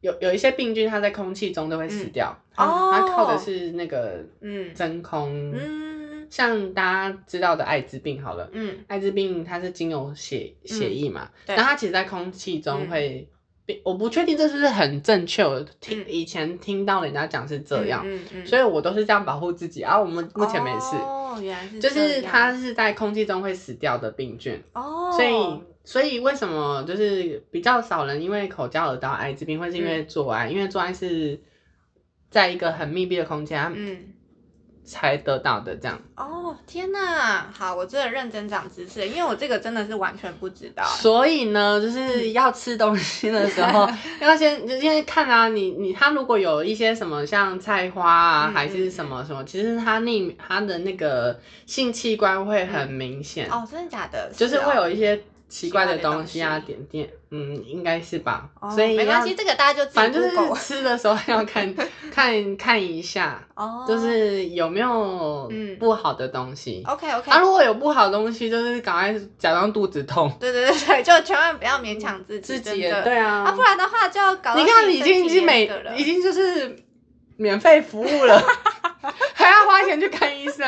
[SPEAKER 2] 有有一些病菌它在空气中都会死掉，它
[SPEAKER 1] 哦
[SPEAKER 2] 它靠的是那个
[SPEAKER 1] 嗯
[SPEAKER 2] 真空。
[SPEAKER 1] 嗯
[SPEAKER 2] 像大家知道的艾滋病好了，
[SPEAKER 1] 嗯，
[SPEAKER 2] 艾滋病它是经由血血液嘛，
[SPEAKER 1] 对
[SPEAKER 2] 那它其实，在空气
[SPEAKER 1] 嗯
[SPEAKER 2] 中会变，我不确定这是不是很正确。我听、
[SPEAKER 1] 嗯
[SPEAKER 2] 以前听到人家讲是这样，
[SPEAKER 1] 嗯嗯嗯
[SPEAKER 2] 所以我都是这样保护自己。啊，我们目前没事，
[SPEAKER 1] 哦，原来是
[SPEAKER 2] 就
[SPEAKER 1] 这
[SPEAKER 2] 是
[SPEAKER 1] 样
[SPEAKER 2] 它是在空气中会死掉的病菌，
[SPEAKER 1] 哦，
[SPEAKER 2] 所以。所以为什么就是比较少人因为口交而到艾滋病，或是因
[SPEAKER 1] 嗯
[SPEAKER 2] 为做爱？因为做爱是在一个很密闭的空间、它
[SPEAKER 1] 嗯。
[SPEAKER 2] 才得到的，这样。
[SPEAKER 1] 哦天呐，好，我真的认真长知识，因为我这个真的是完全不知道。
[SPEAKER 2] 所以呢，
[SPEAKER 1] 嗯
[SPEAKER 2] 就是要吃东西的
[SPEAKER 1] (laughs)
[SPEAKER 2] 时候，要先就先看啊，你你它如果有一些什么像菜花啊，
[SPEAKER 1] 嗯
[SPEAKER 2] 还是什么什么，其实它那它的那个性器官会很明显，
[SPEAKER 1] 哦，真的假的？
[SPEAKER 2] 就是
[SPEAKER 1] 哦
[SPEAKER 2] 会有一些奇怪的
[SPEAKER 1] 奇怪的
[SPEAKER 2] 东西啊，
[SPEAKER 1] 东西
[SPEAKER 2] 点点，嗯，应该是吧。
[SPEAKER 1] 哦
[SPEAKER 2] 所以
[SPEAKER 1] 没关
[SPEAKER 2] 要
[SPEAKER 1] 系，，这个大家就自
[SPEAKER 2] 反
[SPEAKER 1] 己
[SPEAKER 2] 正就
[SPEAKER 1] Google
[SPEAKER 2] 是吃的时候
[SPEAKER 1] (laughs)
[SPEAKER 2] 要看看看一下，
[SPEAKER 1] 哦，
[SPEAKER 2] 就是有没有
[SPEAKER 1] 嗯
[SPEAKER 2] 不好的东西。
[SPEAKER 1] OK OK，、
[SPEAKER 2] 啊，如果有不好的东西，就是赶快假装肚子
[SPEAKER 1] (laughs)
[SPEAKER 2] 痛。
[SPEAKER 1] 对对对对，就千万不要勉强自己，
[SPEAKER 2] 自
[SPEAKER 1] 真
[SPEAKER 2] 己也
[SPEAKER 1] 的
[SPEAKER 2] 对啊，
[SPEAKER 1] 啊，不然的话就要搞到
[SPEAKER 2] 你看，
[SPEAKER 1] 自己
[SPEAKER 2] 你已经
[SPEAKER 1] 身
[SPEAKER 2] 已
[SPEAKER 1] 体
[SPEAKER 2] 经每
[SPEAKER 1] 严格了
[SPEAKER 2] 已经就是免费服务
[SPEAKER 1] (laughs)
[SPEAKER 2] 了，还要花钱去看医生。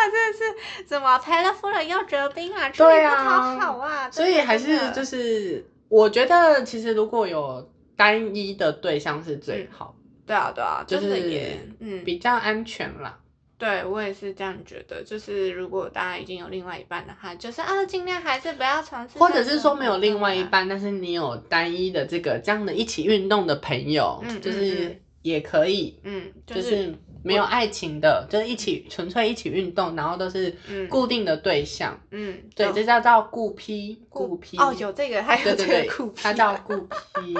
[SPEAKER 1] 啊，真的是怎么赔了夫人又折兵啊？吃
[SPEAKER 2] 对
[SPEAKER 1] 力不
[SPEAKER 2] 啊
[SPEAKER 1] 讨好啊！
[SPEAKER 2] 所
[SPEAKER 1] 真
[SPEAKER 2] 以
[SPEAKER 1] 的
[SPEAKER 2] 还
[SPEAKER 1] 真
[SPEAKER 2] 是
[SPEAKER 1] 的
[SPEAKER 2] 就是，我觉得其实如果有单一的对象是最好，
[SPEAKER 1] 对啊对啊，
[SPEAKER 2] 就
[SPEAKER 1] 真的
[SPEAKER 2] 是
[SPEAKER 1] 也嗯，
[SPEAKER 2] 比较安全啦。
[SPEAKER 1] 对我也是这样觉得。就是如果大家已经有另外一半的话，就是啊，尽量还是不要尝试，
[SPEAKER 2] 或者是说没有另外一，半，但是你有单一的这个这样的一起运动的朋友，
[SPEAKER 1] 嗯嗯
[SPEAKER 2] 就是也可以，
[SPEAKER 1] 嗯，就
[SPEAKER 2] 就是是没有爱情的，就是一起纯粹一起运动，然后都是
[SPEAKER 1] 嗯
[SPEAKER 2] 固定的对象。
[SPEAKER 1] 嗯，
[SPEAKER 2] 对，
[SPEAKER 1] 有
[SPEAKER 2] 这叫叫固批，固批
[SPEAKER 1] 哦，有这个，还有
[SPEAKER 2] 对
[SPEAKER 1] 这
[SPEAKER 2] 对
[SPEAKER 1] 个啊
[SPEAKER 2] 对
[SPEAKER 1] 酷，
[SPEAKER 2] 它叫固
[SPEAKER 1] (laughs)
[SPEAKER 2] 批，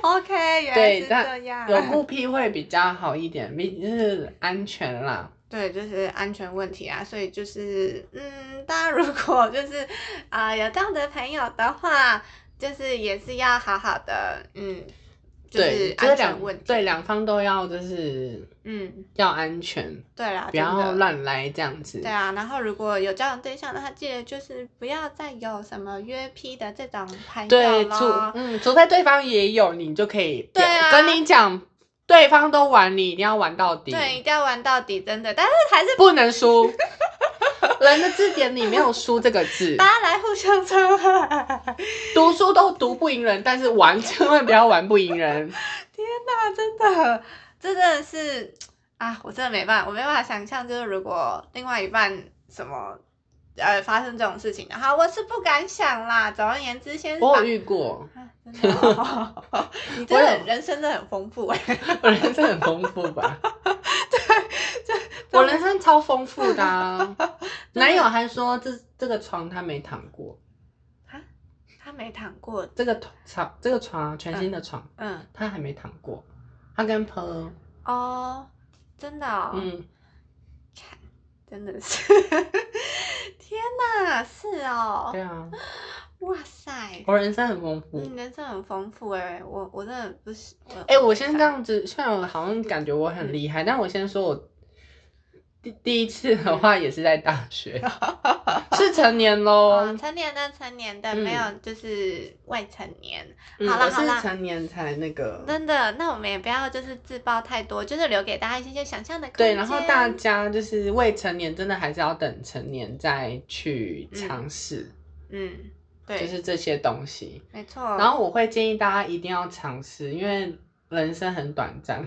[SPEAKER 1] OK，原来
[SPEAKER 2] 对
[SPEAKER 1] 是
[SPEAKER 2] 但
[SPEAKER 1] 这样，
[SPEAKER 2] 有固批会比较好一点，毕就是安全啦。
[SPEAKER 1] 对，就是安全问题啊，所以就是，嗯，大家如果就是啊、有这样的朋友的话，就是也是要好好的，嗯，就是
[SPEAKER 2] 对，
[SPEAKER 1] 安全
[SPEAKER 2] 是两
[SPEAKER 1] 问题，
[SPEAKER 2] 对两方都要就是
[SPEAKER 1] 嗯，
[SPEAKER 2] 要安全，
[SPEAKER 1] 对啦，
[SPEAKER 2] 不要
[SPEAKER 1] 啊真的。
[SPEAKER 2] 乱来这样子。
[SPEAKER 1] 对啊，然后如果有交往对象的话，记得就是不要再有什么约 P 的这种朋友
[SPEAKER 2] 对，除
[SPEAKER 1] 咯。
[SPEAKER 2] 嗯，除非对方也有，你就可以
[SPEAKER 1] 对
[SPEAKER 2] 表
[SPEAKER 1] 啊
[SPEAKER 2] 跟你讲，对方都玩，你一定要玩到底，
[SPEAKER 1] 对，一定要玩到底，真的。但是还是
[SPEAKER 2] 不能
[SPEAKER 1] (laughs)
[SPEAKER 2] 输。人的字典里没有“输”这个字，
[SPEAKER 1] 大家来互相啊伤 (laughs) 害。
[SPEAKER 2] 读书都读不赢人，但是玩千万不要玩不
[SPEAKER 1] (laughs)
[SPEAKER 2] 赢人。
[SPEAKER 1] 啊，真的，真的是啊，我真的没办法，我没办法想象，就是如果另外一半什么呃发生这种事情的话，我是不敢想啦。总而言之，先
[SPEAKER 2] 我
[SPEAKER 1] 把
[SPEAKER 2] 有。遇过，
[SPEAKER 1] 啊真的哦 (laughs) 你真
[SPEAKER 2] 我
[SPEAKER 1] 的
[SPEAKER 2] 有
[SPEAKER 1] 人生真的很丰富哎、
[SPEAKER 2] 我人生很丰富吧？我人生超丰富
[SPEAKER 1] (laughs)
[SPEAKER 2] 的、啊。男友还说这这个床他没躺过，
[SPEAKER 1] (laughs) 他没躺过，
[SPEAKER 2] 这个床这个床啊全新的床、
[SPEAKER 1] 嗯，
[SPEAKER 2] 他还没躺过，他跟朋
[SPEAKER 1] 哦，真的、哦，
[SPEAKER 2] 嗯。
[SPEAKER 1] 真的是，天哪，是哦
[SPEAKER 2] 对，啊，
[SPEAKER 1] 哇塞，
[SPEAKER 2] 哦我人生很丰富。
[SPEAKER 1] 你人生很丰富哎、我我真的不是，我
[SPEAKER 2] 嗯哎、我先这样子，虽然我好像感觉我很厉害，但我先说我第第一次的话也是在大
[SPEAKER 1] (laughs)
[SPEAKER 2] 学，是成年
[SPEAKER 1] 哦，
[SPEAKER 2] 喽。
[SPEAKER 1] 成年的成年的、
[SPEAKER 2] 嗯
[SPEAKER 1] 没有，就是未成年，
[SPEAKER 2] 嗯
[SPEAKER 1] 好啦
[SPEAKER 2] 我
[SPEAKER 1] 好啦
[SPEAKER 2] 是成年才那个。
[SPEAKER 1] 真的。那我们也不要就是自爆太多，就是留给大家一些些想象的空间。
[SPEAKER 2] 对，然后大家就是未成年，真的还是要等成年再去尝试，
[SPEAKER 1] 嗯，对，哦
[SPEAKER 2] 就是这些东西。
[SPEAKER 1] 没错。
[SPEAKER 2] 然后我会建议大家一定要尝试，因为人生很短暂。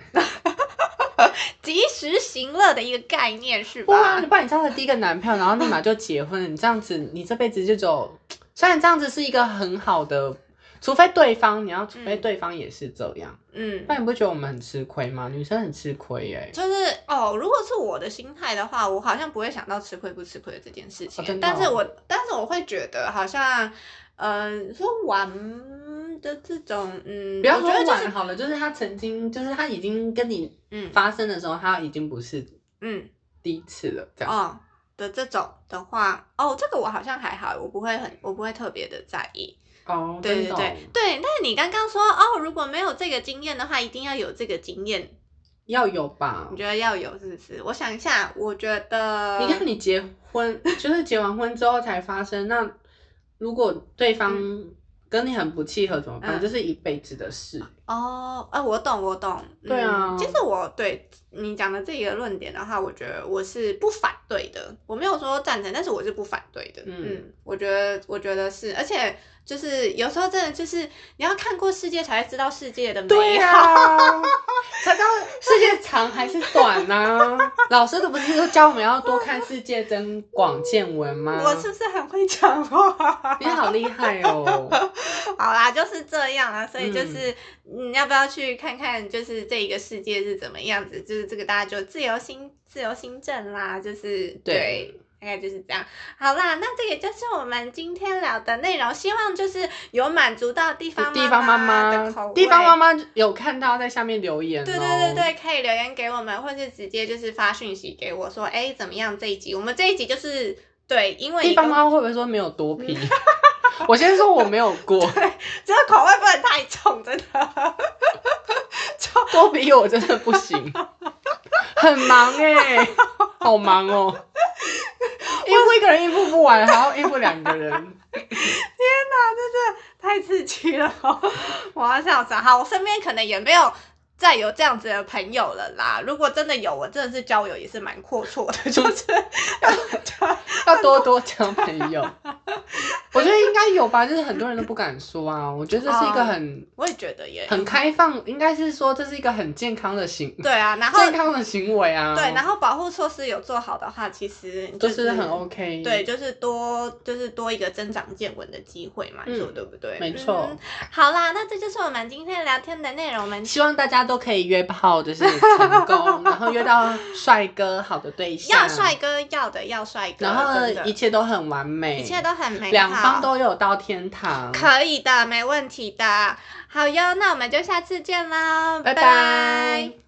[SPEAKER 1] 及时行乐的一个概念是
[SPEAKER 2] 不啊，
[SPEAKER 1] 吧
[SPEAKER 2] 你？把你交了第一个男朋友，然后立马就结婚，你这样子，你这辈子就走。虽然这样子是一个很好的，除非对方你要，除非
[SPEAKER 1] 嗯
[SPEAKER 2] 对方也是这样，
[SPEAKER 1] 嗯
[SPEAKER 2] 那、，你不觉得我们很吃亏吗？女生很吃亏耶、
[SPEAKER 1] 就是哦，如果是我的心态的话，我好像不会想到吃亏不吃亏的这件事情。
[SPEAKER 2] 哦真的哦
[SPEAKER 1] 但是我但是我会觉得好像，嗯、说玩的这种，嗯，
[SPEAKER 2] 不要
[SPEAKER 1] 我
[SPEAKER 2] 说
[SPEAKER 1] 觉得就
[SPEAKER 2] 晚
[SPEAKER 1] 是，
[SPEAKER 2] 好了，就是他曾经，就是他已经跟你
[SPEAKER 1] 嗯
[SPEAKER 2] 发生的时候，他已经不是
[SPEAKER 1] 嗯。
[SPEAKER 2] 第一次了，这样。
[SPEAKER 1] 哦的这种的话，哦，这个我好像还好，我不会很，我不会特别的在意。
[SPEAKER 2] 哦，
[SPEAKER 1] 对
[SPEAKER 2] 真
[SPEAKER 1] 对
[SPEAKER 2] 的哦
[SPEAKER 1] 对对，但是你刚刚说哦，如果没有这个经验的话，一定要有这个经验，
[SPEAKER 2] 要有吧
[SPEAKER 1] 你？觉得要有是不是？我想一下，我觉得，
[SPEAKER 2] 你看你结婚，就是结完婚之后才发生，那如果对方跟你很不契合怎么办？
[SPEAKER 1] 嗯
[SPEAKER 2] 这是一辈子的事。
[SPEAKER 1] 哦，哎、我懂，我懂。
[SPEAKER 2] 对啊
[SPEAKER 1] 嗯、其实我对你讲的这个论点的话，我觉得我是不反对的，我没有说赞成，但是我是不反对的。
[SPEAKER 2] 嗯
[SPEAKER 1] 嗯，我觉得，我觉得是，而且就是有时候真的就是你要看过世界才会知道世界的美好。
[SPEAKER 2] 对啊呀、
[SPEAKER 1] (laughs)
[SPEAKER 2] 才知道世界长还是短呐、老师都不是都教我们要多看世界，增广见闻吗？
[SPEAKER 1] 我是不是很会讲话
[SPEAKER 2] 你？好厉害哦！
[SPEAKER 1] (laughs) 好啦，就是这样啊，
[SPEAKER 2] 嗯
[SPEAKER 1] 所以就是、你要不要去看看，就是这一个世界是怎么样子？就是这个大家就自由心自由心证啦，就是对。
[SPEAKER 2] 对
[SPEAKER 1] 大概就是这样，好啦，那这个就是我们今天聊的内容，希望就是有满足到地方
[SPEAKER 2] 地方妈
[SPEAKER 1] 的口
[SPEAKER 2] 妈，
[SPEAKER 1] 味
[SPEAKER 2] 地方妈妈有看到在下面留言、哦。
[SPEAKER 1] 对对对对，可以留言给我们，或是直接就是发讯息给我说，哎，怎么样这一集？我们这一集就是对，因为你
[SPEAKER 2] 地方
[SPEAKER 1] 跟
[SPEAKER 2] 妈妈会不会说没有多皮？ (laughs) 我先说我没有
[SPEAKER 1] (laughs)
[SPEAKER 2] 过，
[SPEAKER 1] 这个口味不能太重，真的。
[SPEAKER 2] 多皮我真的不行，很忙哎、
[SPEAKER 1] (laughs)
[SPEAKER 2] 好忙哦。应付一个人应付不完，还要应付两个人。
[SPEAKER 1] 太刺激了、哦，我要笑死。好，我身边可能也没有再有这样子的朋友了啦。如果真的有，我真的是交友也是蛮阔绰 (laughs) 的，就是要
[SPEAKER 2] 要多多交朋
[SPEAKER 1] (laughs)
[SPEAKER 2] 友。我觉得应该有吧，就是很多人都不敢说啊。我觉得这是一个很、
[SPEAKER 1] 我也觉得耶，
[SPEAKER 2] 很开放，应该是说这是一个很健康的行
[SPEAKER 1] 对啊，然后
[SPEAKER 2] 健康的行为啊。
[SPEAKER 1] 对，然后保护措施有做好的话，其实
[SPEAKER 2] 就
[SPEAKER 1] 就是
[SPEAKER 2] 很 OK。
[SPEAKER 1] 对，，就是多就是多一个增长见闻的机会嘛，你说
[SPEAKER 2] 嗯
[SPEAKER 1] 对不对？
[SPEAKER 2] 没错
[SPEAKER 1] 嗯好啦，那这就是我们今天聊天的内容。我们
[SPEAKER 2] 希望大家都可以约炮，就是成功，然后约到帅哥好的对象，
[SPEAKER 1] 要帅，哥，要的要帅哥，
[SPEAKER 2] 然后
[SPEAKER 1] 真的
[SPEAKER 2] 一切都很完美，
[SPEAKER 1] 一切都很美好，
[SPEAKER 2] 两方都有到天堂。
[SPEAKER 1] 可以的，没问题的。好哟，那我们就下次见啦，
[SPEAKER 2] 拜
[SPEAKER 1] 拜
[SPEAKER 2] 拜。